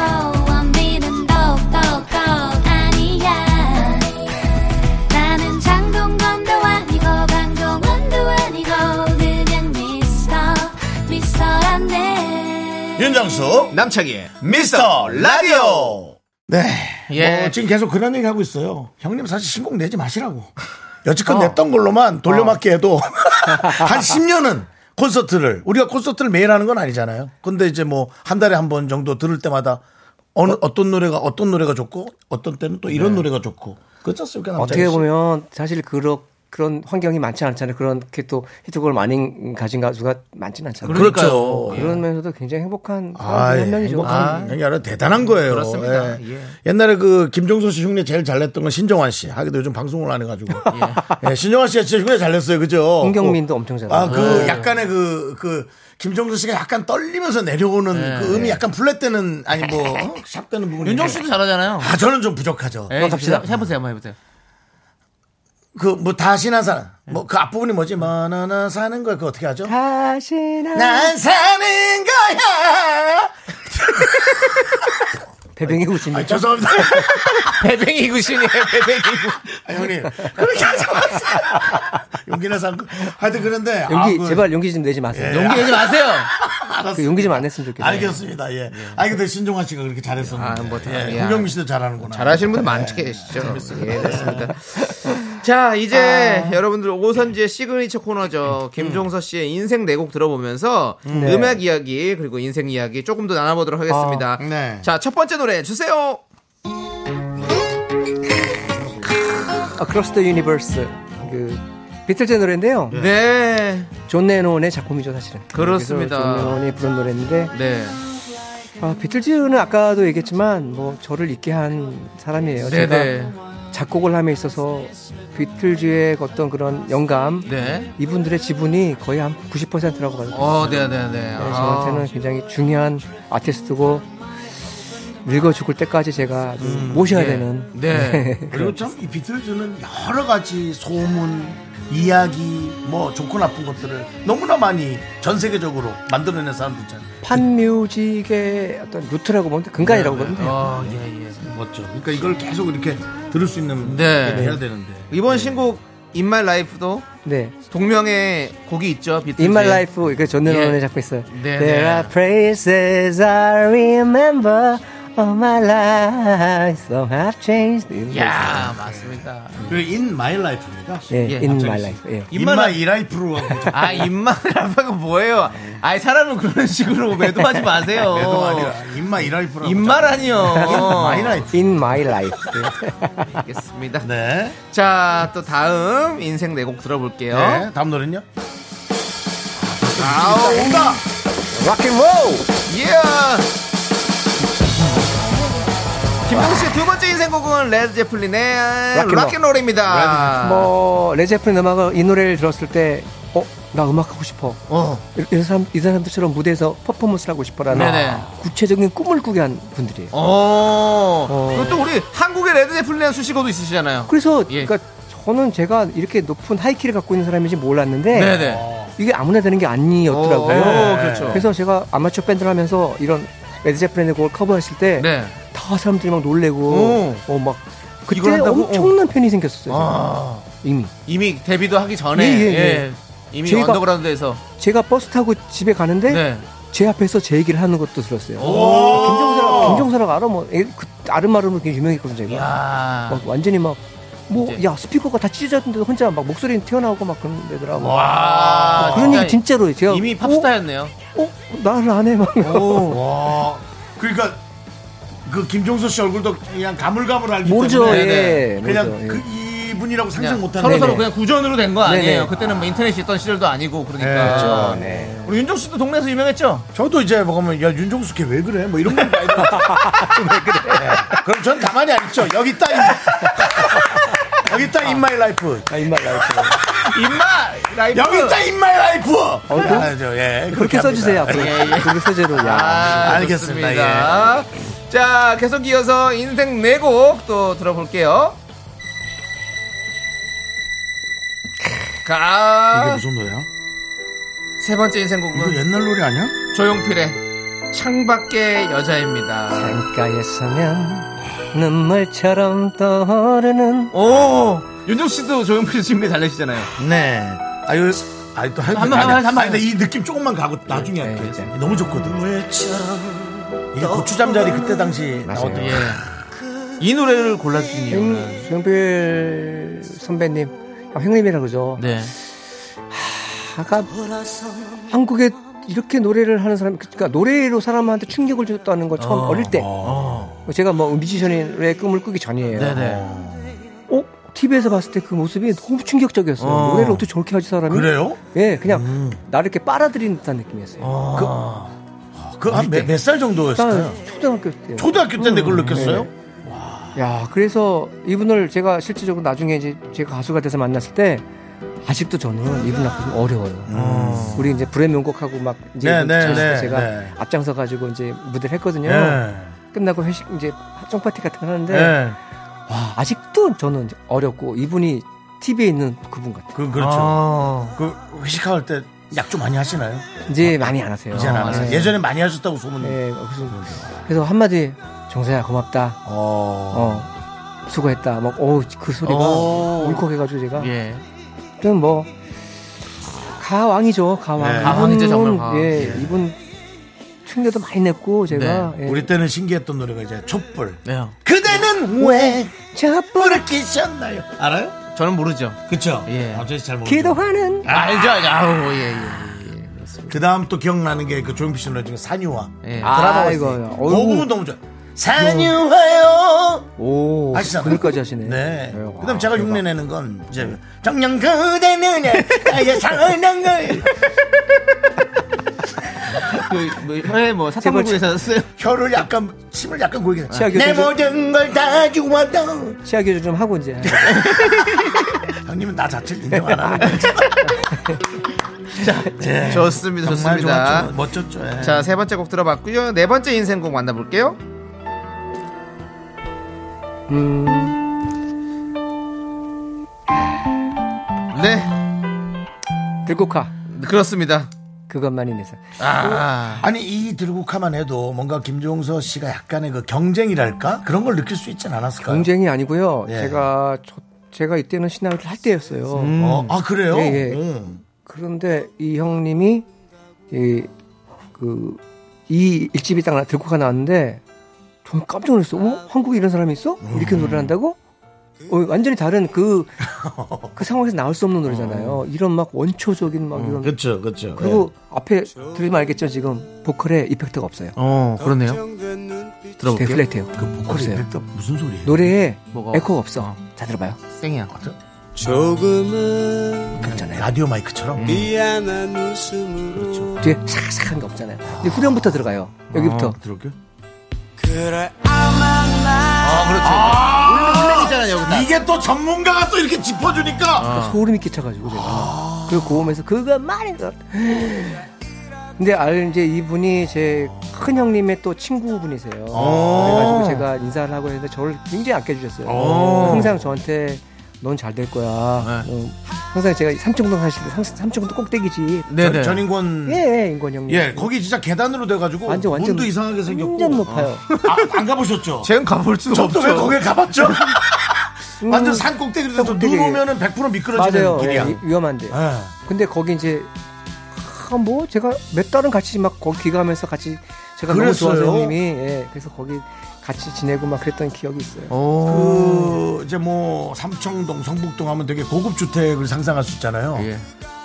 E: 원빈은 더욱더 아니야 나는 장동건도 아니고 강동원도 아니고 그냥 미스터 미스터란데
B: 윤정수
A: 남창희.
B: 미스터 라디오. 네.
A: 예.
B: 뭐 지금 계속 그런 얘기 하고 있어요. 형님 사실 신곡 내지 마시라고.
G: 어.
B: 여지껏 냈던 걸로만 돌려막기 해도 한 10년은 콘서트를 우리가 콘서트를 매일 하는 건 아니잖아요. 근데 이제 뭐 한 달에 한 번 정도 들을 때마다 어느 어떤 노래가 어떤 노래가 좋고 어떤 때는 또 이런 노래가 좋고 그렇지 않습니까? 남자희
G: 네. 어떻게
B: 씨?
G: 보면 사실 그런 그런 환경이 많지 않잖아요. 그렇게 또 히트곡을 많이 가진 가수가 많지는 않잖아요. 그렇죠.
B: 그러니까요.
A: 예.
G: 그러면서도 굉장히 행복한
B: 아,
G: 사람
B: 예.
G: 중한 명이죠.
B: 행복한 형이 아니라 대단한 거예요.
A: 그렇습니다.
B: 예.
A: 예.
B: 옛날에 그 김종서 씨 흉내 제일 잘 냈던 건 신정환 씨. 하기도 요즘 방송을 안 해가지고. 예, 신정환 씨가 진짜 흉내 잘 냈어요. 그죠?
G: 홍경민도
B: 그-
G: 엄청 잘 예.
B: 아, 그 약간의 그, 그, 김종서 씨가 약간 떨리면서 내려오는 그 음이 약간 플랫되는, 아니 뭐, 어? 샵되는 부분이.
A: 예. 윤정수도 잘하잖아요.
B: 아, 저는 좀 부족하죠.
A: 예, 갑시다. 해보세요, 한번 해보세요.
B: 그 뭐 다시나 사는 뭐 그 앞부분이 뭐지? 뭐나나 사는 거야 그거 어떻게 하죠?
G: 다시는
B: 난 사는 거야.
G: 배뱅이 구십니다.
B: 아, 죄송합니다.
A: 배뱅이 구신이에요, 배뱅이 구.
B: 아, 형님 그렇게 하지 마세요. 용기나 삼. 하여튼 그런데
G: 용기
B: 아, 그-
G: 제발 용기 좀 내지 마세요.
A: 용기 내지 마세요.
G: 그 용기 좀 안 냈으면 좋겠어요.
B: 알겠습니다. 예. 아 근데 신종환 씨가 그렇게 잘했었는데.
A: 아, 뭐 다-
B: 예.
A: 예.
B: 홍경민 씨도 잘하는구나.
A: 잘하시는
G: 네.
A: 분들 많계시죠 예, 그렇습니다. 자,
G: 아.
A: 이제 여러분들 오선지의 시그니처 코너죠.
G: 음.
A: 김종서 씨의 인생 네곡 들어보면서
G: 네.
A: 음악 이야기 그리고 인생 이야기 조금 더 나눠보도록 하겠습니다.
B: 아, 네.
A: 자, 첫 번째 노래 주세요.
G: Across the Universe 그 비틀즈 노래인데요.
A: 네,
G: 존 레논의 작품이죠 사실은.
A: 그렇습니다.
G: 그래서 존 레논이 부른 노래인데
A: 네,
G: 아, 비틀즈는 아까도 얘기했지만 뭐 저를 있게 한 사람이에요.
A: 네,
G: 제가
A: 네.
G: 작곡을 함에 있어서 비틀즈의 어떤 그런 영감
A: 네.
G: 이분들의 지분이 거의 한 90%라고 봐요.
A: 어, 네, 네, 네.
G: 네, 저한테는 굉장히 중요한 아티스트고 늙어 죽을 때까지 제가 모셔야
A: 예.
G: 되는
A: 네.
B: 예. 그리고 참 이 비틀즈는 여러 가지 소문, 이야기, 뭐 좋고 나쁜 것들을 너무나 많이 전 세계적으로 만들어낸 사람들 있잖아요.
G: 판뮤직의 어떤 루트라고 보면 돼, 근간이라고 보면 돼요.
A: 네, 어, 예, 예.
B: 멋져. 그러니까 이걸 계속 이렇게 들을 수 있는
A: 네.
B: 게 돼야 되는데.
A: 이번 신곡 In My Life도
G: 네.
A: 동명의 곡이 있죠. 비틀즈.
G: In My Life 그 존내론의
A: 예.
G: 작품 있어요.
A: 네,
G: There
A: 네.
G: are places I remember all my life. Some have changed. 이런 거 있어요.
A: 야, 맞습니다.
B: 그 In My Life입니다.
G: 예,
A: 예,
G: In
A: 갑자기
G: My Life. 예.
B: In My Life로 하고 좀-
A: 아, 입만이라고 뭐예요? 아이, 사람은 그런 식으로 매도하지 마세요.
B: 매도가 아니라 In My Life로 하고
A: 입만 어.
B: My
A: 아니요.
B: Life.
G: In My Life. 예.
A: 알겠습니다.
B: 네.
A: 자, 또 다음 인생 네곡 들어볼게요.
B: 네. 다음 노래는요?
A: 아우,
B: 온다.
G: 락앤롤.
A: 예! 김동 씨의 두 번째 인생 곡은 레드 제플린의
G: 락앤롤.
A: 락앤롤입니다.
G: 뭐 레제프린 음악을 이 노래를 들었을 때 어? 나 음악 하고 싶어.
B: 어.
G: 이- 이 사람 이 사람들처럼 무대에서 퍼포먼스를 하고 싶어라는
A: 네네.
G: 구체적인 꿈을 꾸게 한 분들이에요.
A: 어. 그리고 또 우리 한국의 레드 제플린의 수식어도 있으시잖아요.
G: 그래서
A: 예.
G: 그러니까 저는 제가 이렇게 높은 하이키를 갖고 있는 사람인지 몰랐는데
A: 네네.
G: 이게 아무나 되는 게
A: 오,
G: 아니었더라고요.
A: 그렇죠.
G: 그래서 제가 아마추어 밴드를 하면서 이런 레드제프린의 곡을 커버했을 때 다
A: 네.
G: 사람들이 막 놀래고
A: 오.
G: 어 막 그때
A: 이걸 한다고?
G: 엄청난 팬이 생겼었어요.
A: 아.
G: 이미
A: 이미 데뷔도 하기 전에
G: 예, 예,
A: 예. 이미
G: 제가-
A: 언더그라운드에서
G: 제가 버스 타고 집에 가는데
A: 네.
G: 제 앞에서 제 얘기를 하는 것도 들었어요.
A: 오.
G: 김종서라고 김종서라고 알아 뭐 애- 그, 아름아름으로 굉장히 유명했거든요. 제가.
A: 야.
G: 막 완전히 막 뭐
A: 이제.
G: 야 스피커가 다 찢어졌는데 혼자 막 목소리는 튀어나오고 막 그런 데더라고.
A: 와.
G: 그런 얘기 진짜로 제가
A: 이미 팝스타였네요.
G: 어? 어? 나를 안 해. 막.
B: 와. 그러니까 그 김종서 씨 얼굴도 그냥 가물가물하기
G: 모르죠.
B: 때문에
A: 네,
G: 예.
B: 그냥
G: 모르죠. 예.
B: 그 이분이라고 상상
A: 그냥
B: 못하는.
A: 서로 서로
G: 네네.
A: 그냥 구전으로 된 거 아니에요.
G: 네네.
A: 그때는 뭐 인터넷이 있던 시절도 아니고 그러니까.
B: 그렇죠.
A: 우리 윤종 씨도 동네에서 유명했죠?
B: 저도 이제 먹으면 야 윤종수 걔 왜 그래? 뭐 이런 건 봐야 돼. 왜 그래?
A: 네.
B: 그럼 전 가만히 안 있죠. 여기 있다. 인- 여기 있다 인 마이 라이프.
A: 아, 입마 라이프.
B: 여기 있다 인 마이 라이프.
A: 어,
G: 그-
B: 알죠. 예.
G: 그렇게 써주세요. 앞으로.
A: 예, 예.
G: 그렇게 써주로. 야.
A: 아,
B: 알겠습니다.
A: 좋습니다. 예. 자, 계속 이어서 인생 네 곡 또 들어볼게요.
B: 이게
A: 가.
B: 무슨 노래야?
A: 세 번째 인생곡은
B: 이거 옛날 노래 아니야?
A: 조용필의 창밖의 여자입니다.
G: 강가에 서면 눈물처럼 떠오르는
A: 어? 오, 윤종 씨도 조용필 준비 잘내시잖아요.
B: 네. 아유, 아유 또할
A: 한 번, 한 번, 한 번. 네,
B: 근데 이 느낌 조금만 가고 나중에 할게. 너무 좋거든. 이게 고추잠자리 그때 당시 나왔던.
A: 예. 이 노래를 골라주신 이유는
G: 정필 선배님, 아, 형님이라 그러죠.
A: 네.
G: 아까 한국에 이렇게 노래를 하는 사람, 그러니까 노래로 사람한테 충격을 줬다는 거 처음
A: 어.
G: 어, 릴때 제가 뭐 뮤지션의 꿈을 꾸기 전이에요.
A: 네네.
G: 어? TV에서 봤을 때 그 모습이 너무 충격적이었어요.
A: 어.
G: 노래를 어떻게 저렇게 하지 사람이?
B: 그래요?
G: 예, 그냥 나를 이렇게 빨아들이는 듯한 느낌이었어요.
B: 그한몇 살 정도였을까요?
A: 네.
G: 일단 그러니까 초등학교 때.
B: 초등학교 때인데 그걸 느꼈어요?
G: 야, 그래서 이분을 제가 실질적으로 나중에 이제 제가 가수가 돼서 만났을 때 아직도 저는 이분 앞에서 어려워요.
A: 음.
G: 우리 이제 불의 명곡하고 막 이제
B: 음. 네, 네,
G: 제가
B: 네,
G: 제가
B: 네.
G: 앞장서 가지고 이제 무대를 했거든요.
B: 예.
G: 끝나고 회식 이제 쫑파티 같은 거
A: 네.
G: 하는데
B: 예.
G: 와, 아직도 저는 이제 어렵고 이분이 TV에 있는 그분 같아요.
B: 그 그렇죠.
A: 아.
B: 그 회식할 때 약 좀 많이 하시나요?
G: 이제 많이 안 하세요.
B: 이제는
A: 아,
B: 안 아-
A: 네.
B: 하세요.
G: 예.
B: 예전에 많이 하셨다고 소문.
G: 예, 무슨 그래서 한마디 정사야 고맙다.
B: 어.
G: 어. 수고했다. 막 어우 그 소리가
A: 오.
G: 울컥해 가지고 제가
A: 예.
G: 그럼 뭐 가왕이죠 가왕
B: 네.
A: 가왕이죠, 정말
G: 이분은,
A: 가왕.
G: 예,
A: 예.
G: 이분 충격도 많이 냈고 제가 예.
B: 네. 우리 때는 신기했던 노래가 이제 촛불.
A: 네.
B: 그대는 왜
G: 자뿌
B: 불을 끼셨나요? 알아요?
A: 저는 모르죠.
B: 그쵸?
A: 예.
B: 아, 저잘 모르죠.
G: 기도하는
A: 알죠. 아우, 예, 예. 예. 그렇습니다.
B: 그 다음 또 기억나는 게 그 조용필 씨 노래 중에 산유화.
A: 예.
B: 드라마가
G: 아,
B: 있어요.
G: 이거요.
B: 그
G: 어이구.
B: 부분 너무 좋아요. 산유화요.
G: 오
B: 아시잖아요.
G: 거기까지 하시네
B: 네.
G: 예, 와,
B: 그다음 제가
G: 대박.
B: 흉내 내는 건 이제 정녕 그대는 나의 사랑을
A: 그, 뭐, 혀에 뭐, 사탕물구에서 쓰요.
B: 혀를 약간 침을 약간 고이게
G: 치아
B: 내
G: 교정 좀-
B: 모든 걸 다 주었다.
G: 치아 교정 좀 하고 이제
B: 형님은 나 자체를 인정 안 하는 네. 거지. 자,
A: 좋습니다, 좋습니다.
B: 멋졌죠. 예.
A: 자, 세 번째 곡 들어봤고요. 네 번째 인생곡 만나볼게요.
G: 음,
A: 네,
G: 들국화
A: 그렇습니다.
G: 그것만이 내사
A: 아,
B: 아니 이 들국화만 해도 뭔가 김종서 씨가 약간의 그 경쟁이랄까 그런 걸 느낄 수 있진 않았을까요?
G: 경쟁이 아니고요
B: 예.
G: 제가 저, 제가 이때는 신학을 할 때였어요
B: 어, 아 그래요?
G: 예, 예.
B: 음.
G: 그런데 이 형님이 그, 이그이 일집이 딱 나- 들고가 나왔는데 저는 깜짝 놀랐어. 어? 한국에 이런 사람이 있어? 이렇게 노래를 한다고? 어, 완전히 다른 그, 그 상황에서 나올 수 없는 노래잖아요. 이런 막 원초적인 막 이런.
B: 그렇죠, 그렇죠.
G: 그리고 앞에 들으면 알겠죠, 지금. 보컬에 이펙트가 없어요.
A: 어, 그러네요.
G: 되게
A: 들어볼게요.
G: 플랫해요.
B: 그 보컬이
G: 없어요.
B: 또 무슨 소리예요? 아,
G: 노래에
A: 뭐가
G: 에코가 없어. 자, 들어봐요.
A: 땡이야.
G: 그렇잖아요.
B: 라디오 마이크처럼
G: 음. 뒤에 삭삭한 게 없잖아요. 근데 후렴부터 들어가요. 여기부터.
B: 들어볼게요.
A: 아, 그렇죠. 울렁울렁이잖아요, 여기다.
B: 이게 또 전문가가 또 이렇게 짚어주니까
G: 소름이 끼쳐가지고 제가
B: 아.
G: 그리고 고음에서 그거 말해서 근데 알 이제 이분이 제 큰 형님의 또 친구분이세요.
B: 어.
G: 그래가지고 제가 인사를 하고 했는데 저를 굉장히 아껴주셨어요. 항상 저한테 넌 잘 될 거야.
B: 네.
G: 어, 항상 제가 삼청동 사실 때 삼- 삼청동 꼭대기지.
A: 네네.
B: 전, 인권 음. 예.
G: 예, 인권 형님.
B: 거기 진짜 계단으로 돼가지고
G: 완전 완전
B: 문도 이상하게 생겼고
G: 완전 높아요.
B: 아, 안 가보셨죠?
A: 쟤는 가볼 수가
B: 저도 왜
A: 없죠.
B: 거길 가봤죠?
G: 음,
B: 완전 산 꼭대기로 서
G: 꼭대기.
B: 누우면은 100% 미끄러지는
G: 맞아요.
B: 길이야.
G: 예, 위- 위험한데.
B: 예.
G: 근데 거기 이제 아, 뭐 제가 몇 달은 같이 막 거기 귀가하면서 같이 제가
B: 그랬어요?
G: 너무 좋아서 형님이 예, 그래서 거기 같이 지내고 막 그랬던 기억이 있어요. 어.
B: 그 이제 뭐 삼청동, 성북동 하면 되게 고급 주택을 상상할 수 있잖아요.
A: 예.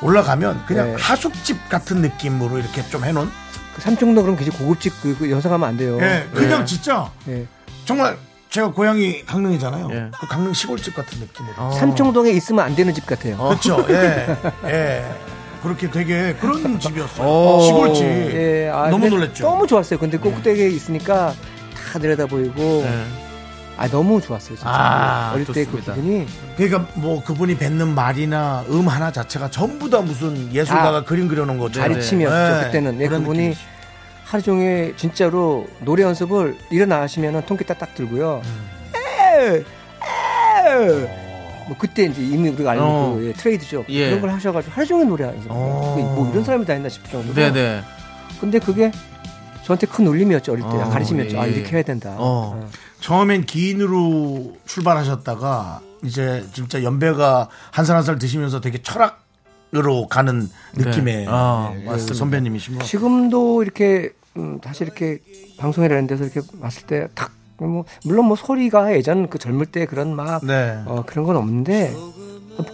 B: 올라가면 그냥
G: 네.
B: 하숙집 같은 느낌으로 이렇게 좀 해놓은.
G: 그 삼청동 그럼 굉장히 고급집 그, 그 연상하면 안 돼요.
B: 예, 그냥 예. 진짜
G: 예.
B: 정말 제가 고향이 강릉이잖아요.
A: 예.
B: 그 강릉 시골집 같은 느낌으로.
G: 어. 삼청동에 있으면 안 되는 집 같아요.
B: 그렇죠. 예. 예. 그렇게 되게 그런 집이었어요.
A: 오.
B: 시골집.
G: 예, 아,
B: 너무
G: 근데
B: 놀랬죠. 예.
G: 너무 좋았어요. 근데 꼭대기에 있으니까 다 내려다 보이고, 아 너무 좋았어요. 진짜.
A: 아,
G: 어릴 때 그
A: 좋습니다.
G: 기분이
B: 그러니까 뭐 그분이 뱉는 말이나 음 하나 자체가 전부 다 무슨 예술가가
G: 아,
B: 그림 그려놓은 것처럼.
G: 가르침이었죠.
B: 예,
G: 그때는 예,
B: 그런
G: 그분이
B: 느낌이죠.
G: 하루 종일 진짜로 노래 연습을 일어나시면은 통기타 딱 들고요. 에이, 에이. 뭐 그때 이제 이미 우리가 알고
A: 어.
G: 그, 예, 트레이드죠.
A: 예.
G: 그런 걸 하셔가지고 하루 종일 노래 연습.
B: 어.
G: 뭐 이런 사람이 다 있나 싶을 정도로.
A: 네네.
G: 근데 그게 저한테 큰 울림이었죠 어릴 때
A: 어,
G: 가르침이었죠. 아
A: 예.
G: 이렇게 해야 된다.
B: 어. 처음엔 기인으로 출발하셨다가 이제 진짜 연배가 한 살 한 살 드시면서 되게 철학으로 가는 느낌의
A: 아,
B: 예,
A: 맞습니다.
B: 선배님이신 것 같아요.
G: 지금도 이렇게 음, 다시 이렇게 방송이라는 데서 이렇게 봤을 때 탁. 뭐 물론 뭐 소리가 예전 그 젊을 때 그런 막
B: 네.
G: 어, 그런 건 없는데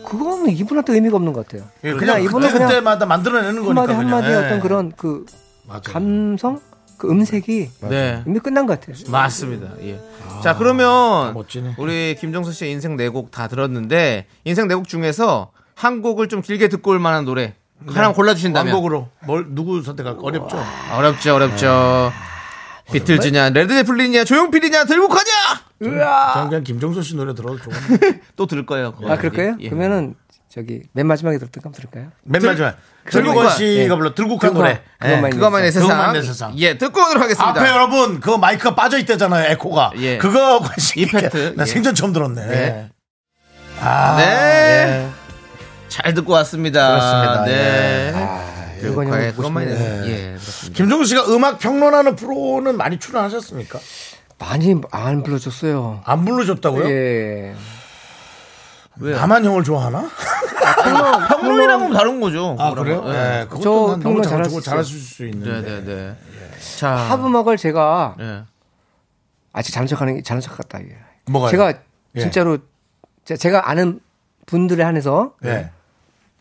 G: 그거는 이분한테 의미가 없는 것 같아요.
B: 예, 그냥,
G: 이분은
B: 그때 그때마다 만들어내는 거니까
G: 한마디 한마디 의
B: 그냥. 예.
G: 어떤 그런 그
B: 맞아요.
G: 감성, 그 음색이
A: 네.
G: 이미 끝난 것 같아요.
A: 맞습니다. 예. 자, 그러면
B: 아, 멋지네.
A: 우리 김정수 씨의 인생 네 곡 다 들었는데 인생 네 곡 중에서 한 곡을 좀 길게 듣고 올 만한 노래 하나 골라 주신다면
B: 왕곡으로 뭘 누구 선택할까 어렵죠.
A: 어렵죠, 어렵죠. 네. 비틀즈냐, 레드제플린이냐, 조용필이냐, 들국화냐!
B: 저는 그냥 김종서 씨 노래 들어도 좋은데.
A: 또 들을 거예요.
G: 아 그럴까요? 그러면은 저기 맨 마지막에 들었던 거 한번 들을까요?
B: 맨 마지막
A: 들국화.
B: 들국화 씨가 불러 들국화 노래.
G: 그것만
B: 예.
A: 네,
G: 있는
A: 그것만의
B: 세상.
A: 세상.
B: 그것만의 세상.
A: 예, 듣고 오도록 하겠습니다.
B: 앞에 여러분 그 마이크가 빠져 있대잖아요 에코가.
A: 예.
B: 그거 관심 있게.
A: 이펙트,
B: 나
A: 예.
B: 생전 처음 들었네.
A: 네.
B: 아,
A: 네. 잘 듣고 왔습니다.
B: 그렇습니다.
A: 네.
B: 예.
G: 이건
A: 과연
G: 보고
A: 그것만의
G: 싶네요.
A: 세상. 예, 그렇습니다.
B: 김종수 씨가 음악 평론하는 프로는 많이 출연하셨습니까?
G: 많이 안 불러줬어요.
B: 안 불러줬다고요?
G: 예.
A: 왜요?
B: 나만 형을 좋아하나?
A: 평론, 평론이랑은 다른 거죠.
B: 아 그래요?
A: 예.
B: 네.
G: 저
B: 그것도 난 너무 잘,
G: 평론 잘하셨어요.
B: 잘하실 수 있는데.
A: 네, 네, 네. 자.
B: 아.
G: 팝음악을 제가
B: 네.
A: 예.
G: 아직 잘난 척하는 게 잘난 척 같다. 이게.
B: 뭐가요?
G: 제가
B: 예.
G: 진짜로 제- 제가 아는 분들에 한해서
B: 예.
A: 네.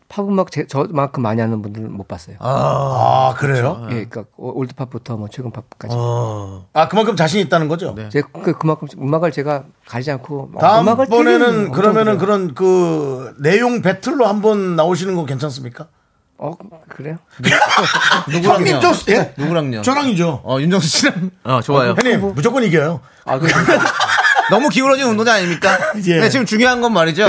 G: 팝음악 제- 저만큼 많이 하는 분들은 못 봤어요.
B: 아
A: 그렇죠.
B: 그래요?
G: 예, 그러니까 올드팝부터 뭐 최근 팝까지.
B: 어. 아 그만큼 자신 있다는 거죠?
A: 네.
G: 제 그, 그만큼 음악을 제가 가리지 않고 막 음악을 때리는
B: 다음번에는
G: 엄청
B: 그러면은
G: 들어요.
B: 그런 그 내용 배틀로 한번 나오시는 거 괜찮습니까?
G: 어 그- 그래요?
A: 누구랑요? 네,
B: 형님 저- 예?
A: 누구랑요?
B: 저랑이죠.
A: 어, 윤정수 씨랑. 어, 좋아요.
B: 형님 무조건 이겨요.
G: 아, 그
A: 너무 기울어진 운동장 아닙니까?
B: 예.
A: 네, 지금 중요한 건 말이죠.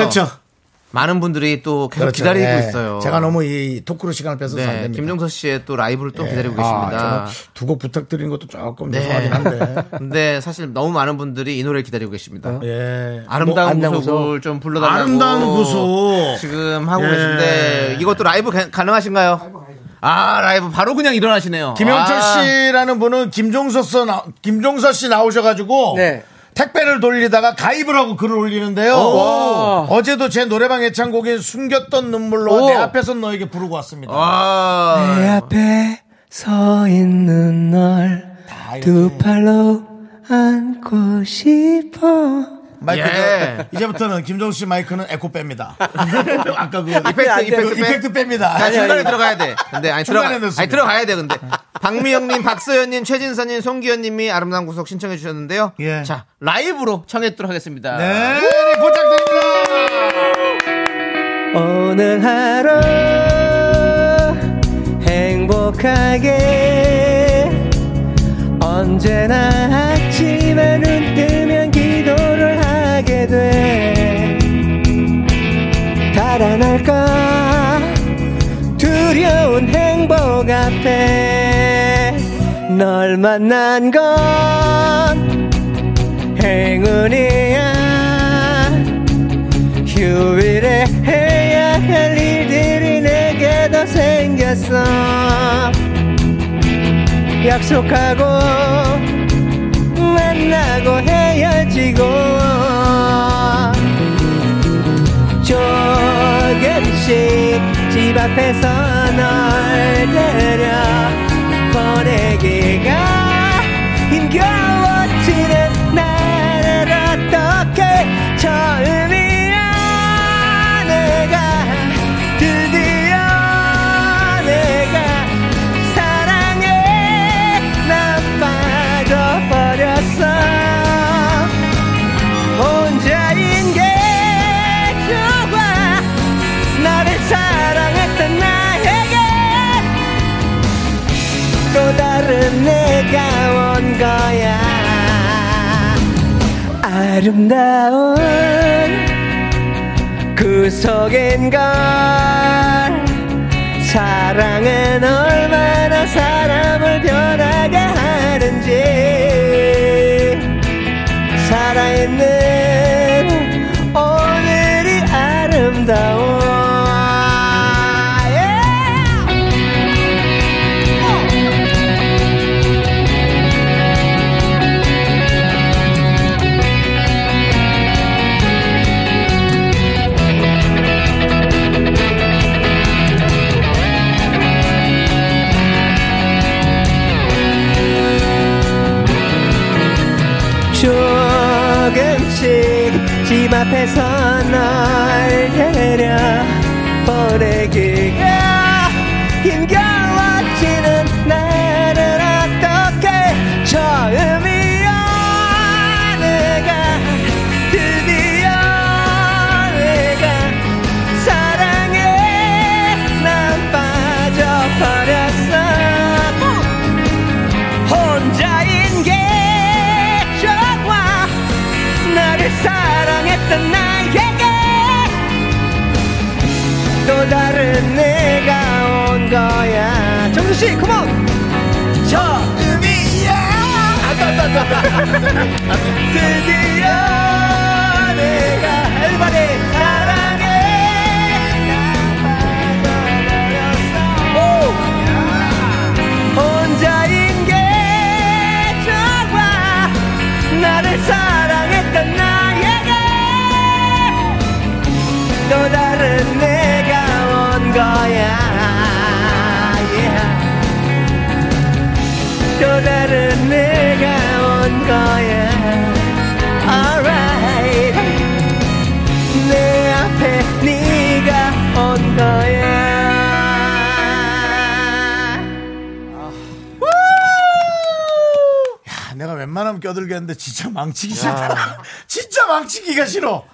A: 많은 분들이 또 계속
B: 그렇죠.
A: 그렇죠. 기다리고
B: 예.
A: 있어요.
B: 제가 너무 이 토크로 시간을 뺏어서 안
A: 네,
B: 됩니다.
A: 김종서 씨의 또 라이브를 또 기다리고
B: 아,
A: 계십니다.
B: 두곡 부탁드리는 것도 조금
A: 네.
B: 죄송하긴 한데.
A: 근데 사실 너무 많은 분들이 이 노래를 기다리고 계십니다.
B: 예.
A: 아름다운
G: 뭐, 아름다운
A: 구속을
G: 구속.
A: 좀 불러달라고
B: 아름다운 구속.
A: 지금 하고
B: 예.
A: 계신데 이것도 라이브 가, 가능하신가요? 아 라이브 바로 그냥 일어나시네요.
B: 김영철
A: 아,
B: 씨라는 분은 김종서 씨, 나, 김종서 씨 나오셔가지고
G: 네.
B: 택배를 돌리다가 가입을 하고 글을 올리는데요.
G: 오.
B: 어제도 제 노래방 애창곡인 숨겼던 눈물로
G: 오.
B: 내 앞에선 너에게 부르고 왔습니다.
A: 아,
B: 네.
G: 내 앞에 서 있는 널
B: 다
G: 두 팔로 안고 싶어.
B: 마이크
A: 예.
B: 저- 이제부터는 김종수 씨 마이크는 에코 뺍니다. 아까 그
A: 이펙트, 이펙트
B: 그
A: 빼.
B: 이펙트 뺍니다.
A: 아, 중간에 들어가야 돼. 근데 아니 들어가,
B: 중간에 넣습니다.
A: 아니 들어가야 돼. 근데 박미영님, 박서연님, 최진선님, 송기현님이 아름다운 구속 신청해 주셨는데요.
B: 예.
A: 자 라이브로 청했도록 하겠습니다.
B: 네, 네, 부탁드립니다.
G: 오늘 하루 행복하게 언제나 아침에 눈 뜨면 기도를 하게 돼 달아날까 두려운 행복 앞에 널 만난 건 행운이야 휴일에 해야 할 일들이 내게 더 생겼어 약속하고 만나고 헤어지고 조금씩 집 앞에서 널 데려 보내기가 힘겨워지는 날 어떻게 처음이야 내가 드디어 내가 사랑에 난 빠져버렸어 내가 온 거야 아름다운 그 구석인걸 사랑은 얼마나 사람을 변하게 하는지 살아있는 오늘이 아름다워 Yeah! 조금씩 집 앞에서 널 데려 보내기가 힘겨워지는 나는 어떻게 처음이야 내가 드디어 내가 사랑에 난 빠져버렸어 혼자인 게 좋아 나를 사랑했던 나에게 또 다른 내가 온 거야 정수씨 컴온 처음이야 드디어 내가 everybody 사랑해 나 빠져버렸어 혼자인 게 좋아 나를 사랑했던 나에게 또 다른 내가 온 거야 yeah. 또 다른 내가 온 거야 alright 내 앞에 네가 온 거야
B: 야, 아, 내가 웬만하면 껴들겠는데 진짜 망치기 싫다. 진짜 망치기가 싫어.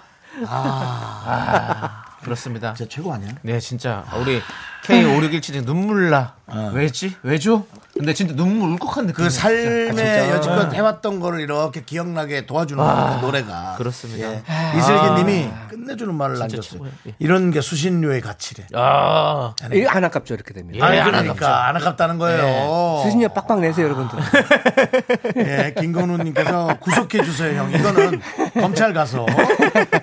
A: 그렇습니다.
B: 진짜 최고 아니야?
A: 네, 진짜 우리 K5617 눈물 나. 왜지? 왜죠? 근데 진짜 눈물 울컥한 느낌.
B: 그 삶의
A: 음, 진짜. 음. 아,
B: 여지껏 해왔던 거를 이렇게 기억나게 도와주는 거거든요, 노래가.
A: 그렇습니다. 아.
B: 예. 이슬기님이 끝내주는 말을 남겼어요.
A: 최고예요. 예.
B: 이런 게 수신료의 가치래.
A: 아,
J: 이거 안 아깝죠 이렇게 되면.
B: 아니,
A: 예, 안
B: 그러니까 안 아깝다는 거예요.
J: 수신료 빡빡 내세요 여러분들.
B: 예, 김건우님께서 구속해 주세요, 형. 이거는 검찰 가서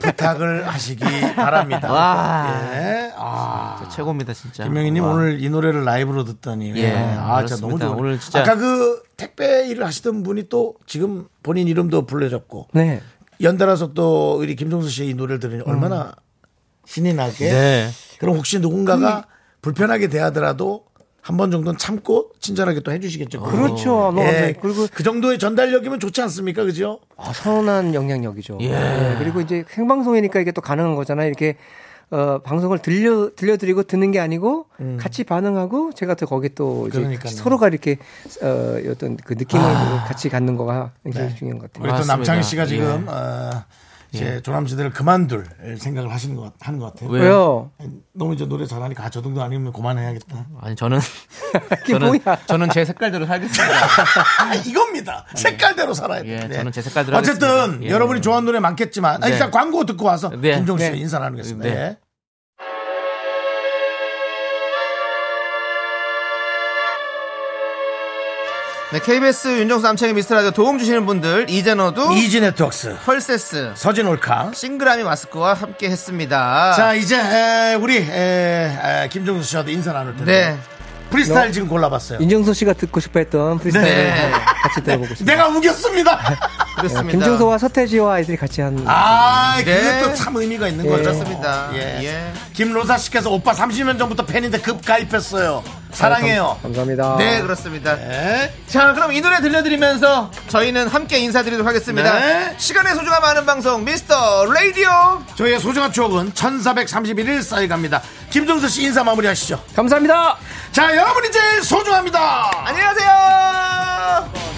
B: 부탁을 하시기 바랍니다.
A: 와.
B: 예, 아.
A: 최고입니다, 진짜. 아.
B: 김명희님
A: 와.
B: 오늘 이 노래를 라이브로 듣다니.
A: 예,
B: 아, 진짜
A: 그렇습니다.
B: 너무 좋아.
A: 오늘 진짜-
B: 아까 그 택배 일을 하시던 분이 또 지금 본인 이름도 불러줬고
J: 네.
B: 연달아서 또 우리 김종수 씨의 이 노래를 들으니 얼마나 신이 나게.
A: 네.
B: 그럼 혹시 누군가가 불편하게 대하더라도 한 번 정도는 참고 친절하게 또 해주시겠죠.
A: 어.
J: 그렇죠. 너무
B: 예,
J: 감사해요.
B: 그리고
J: 그리고-
B: 그 정도의 전달력이면 좋지 않습니까, 그죠?
J: 아, 선한 영향력이죠. 예, 그리고 이제 생방송이니까 이게 또 가능한 거잖아요. 이렇게 어, 방송을 들려 들려드리고 듣는 게 아니고 같이 반응하고 제가 또 거기 또 이제
B: 그러니까요.
J: 서로가 이렇게 어, 어떤 그 느낌을 같이 갖는 거가 굉장히 중요한 것
B: 우리
J: 같아요.
B: 또
A: 맞습니다. 예.
B: 남창희 씨가 지금 어, 이제 조남지대를 그만둘 생각을 하시는 것 같- 하는 것 같아요.
A: 왜?
J: 왜요?
B: 너무 이제 노래 잘하니까 아, 저 정도 아니면 그만해야겠다.
A: 아니 저는
J: 이게
A: 저는
J: 뭐야?
A: 저는 제 색깔대로 살겠습니다.
B: 아, 이겁니다. 색깔대로 살아야 돼. 네.
A: 예, 저는 제 색깔대로
B: 어쨌든
A: 하겠습니다. 예.
B: 여러분이 좋아하는 노래 많겠지만 아,
A: 네.
B: 일단 광고 듣고 와서
A: 네.
B: 김종수 씨
J: 네.
B: 인사 나누겠습니다.
A: 네.
B: 예.
A: 네, KBS 윤정수 남창의 미스터라디오 도움 주시는 분들 이젠어두
B: 이지 네트웍스
A: 펄세스
B: 서진 올카.
A: 싱그라미 마스크와 함께 했습니다.
B: 자 이제 에, 우리 에, 에, 김종수 씨와도 인사 나눌 텐데
A: 네.
B: 프리스타일 지금 골라봤어요.
J: 인정수 씨가 듣고 싶어 했던 프리스타일
A: 네.
J: 같이 들어보고 싶어요.
B: 내가 우겼습니다.
G: 어,
A: 그렇습니다.
J: 김종서와 서태지와 아이들이 같이 한
B: 아,
A: 네.
B: 그게 또 참 의미가 있는 거죠.
A: 그렇습니다.
B: 예.
A: 예.
B: 김로사 씨께서 오빠 30년 전부터 팬인데 급 가입했어요. 사랑해요.
J: 감사합니다.
A: 네, 그렇습니다.
B: 네.
A: 자, 그럼 이 노래 들려드리면서 저희는 함께 인사드리도록 하겠습니다.
B: 네.
A: 시간의 소중함 아는 방송 미스터 라디오.
B: 저희의 소중한 추억은 1431일 쌓여갑니다. 김종수 씨 인사 마무리하시죠.
J: 감사합니다.
B: 자, 여러분이 제일 소중합니다.
A: 안녕히 가세요.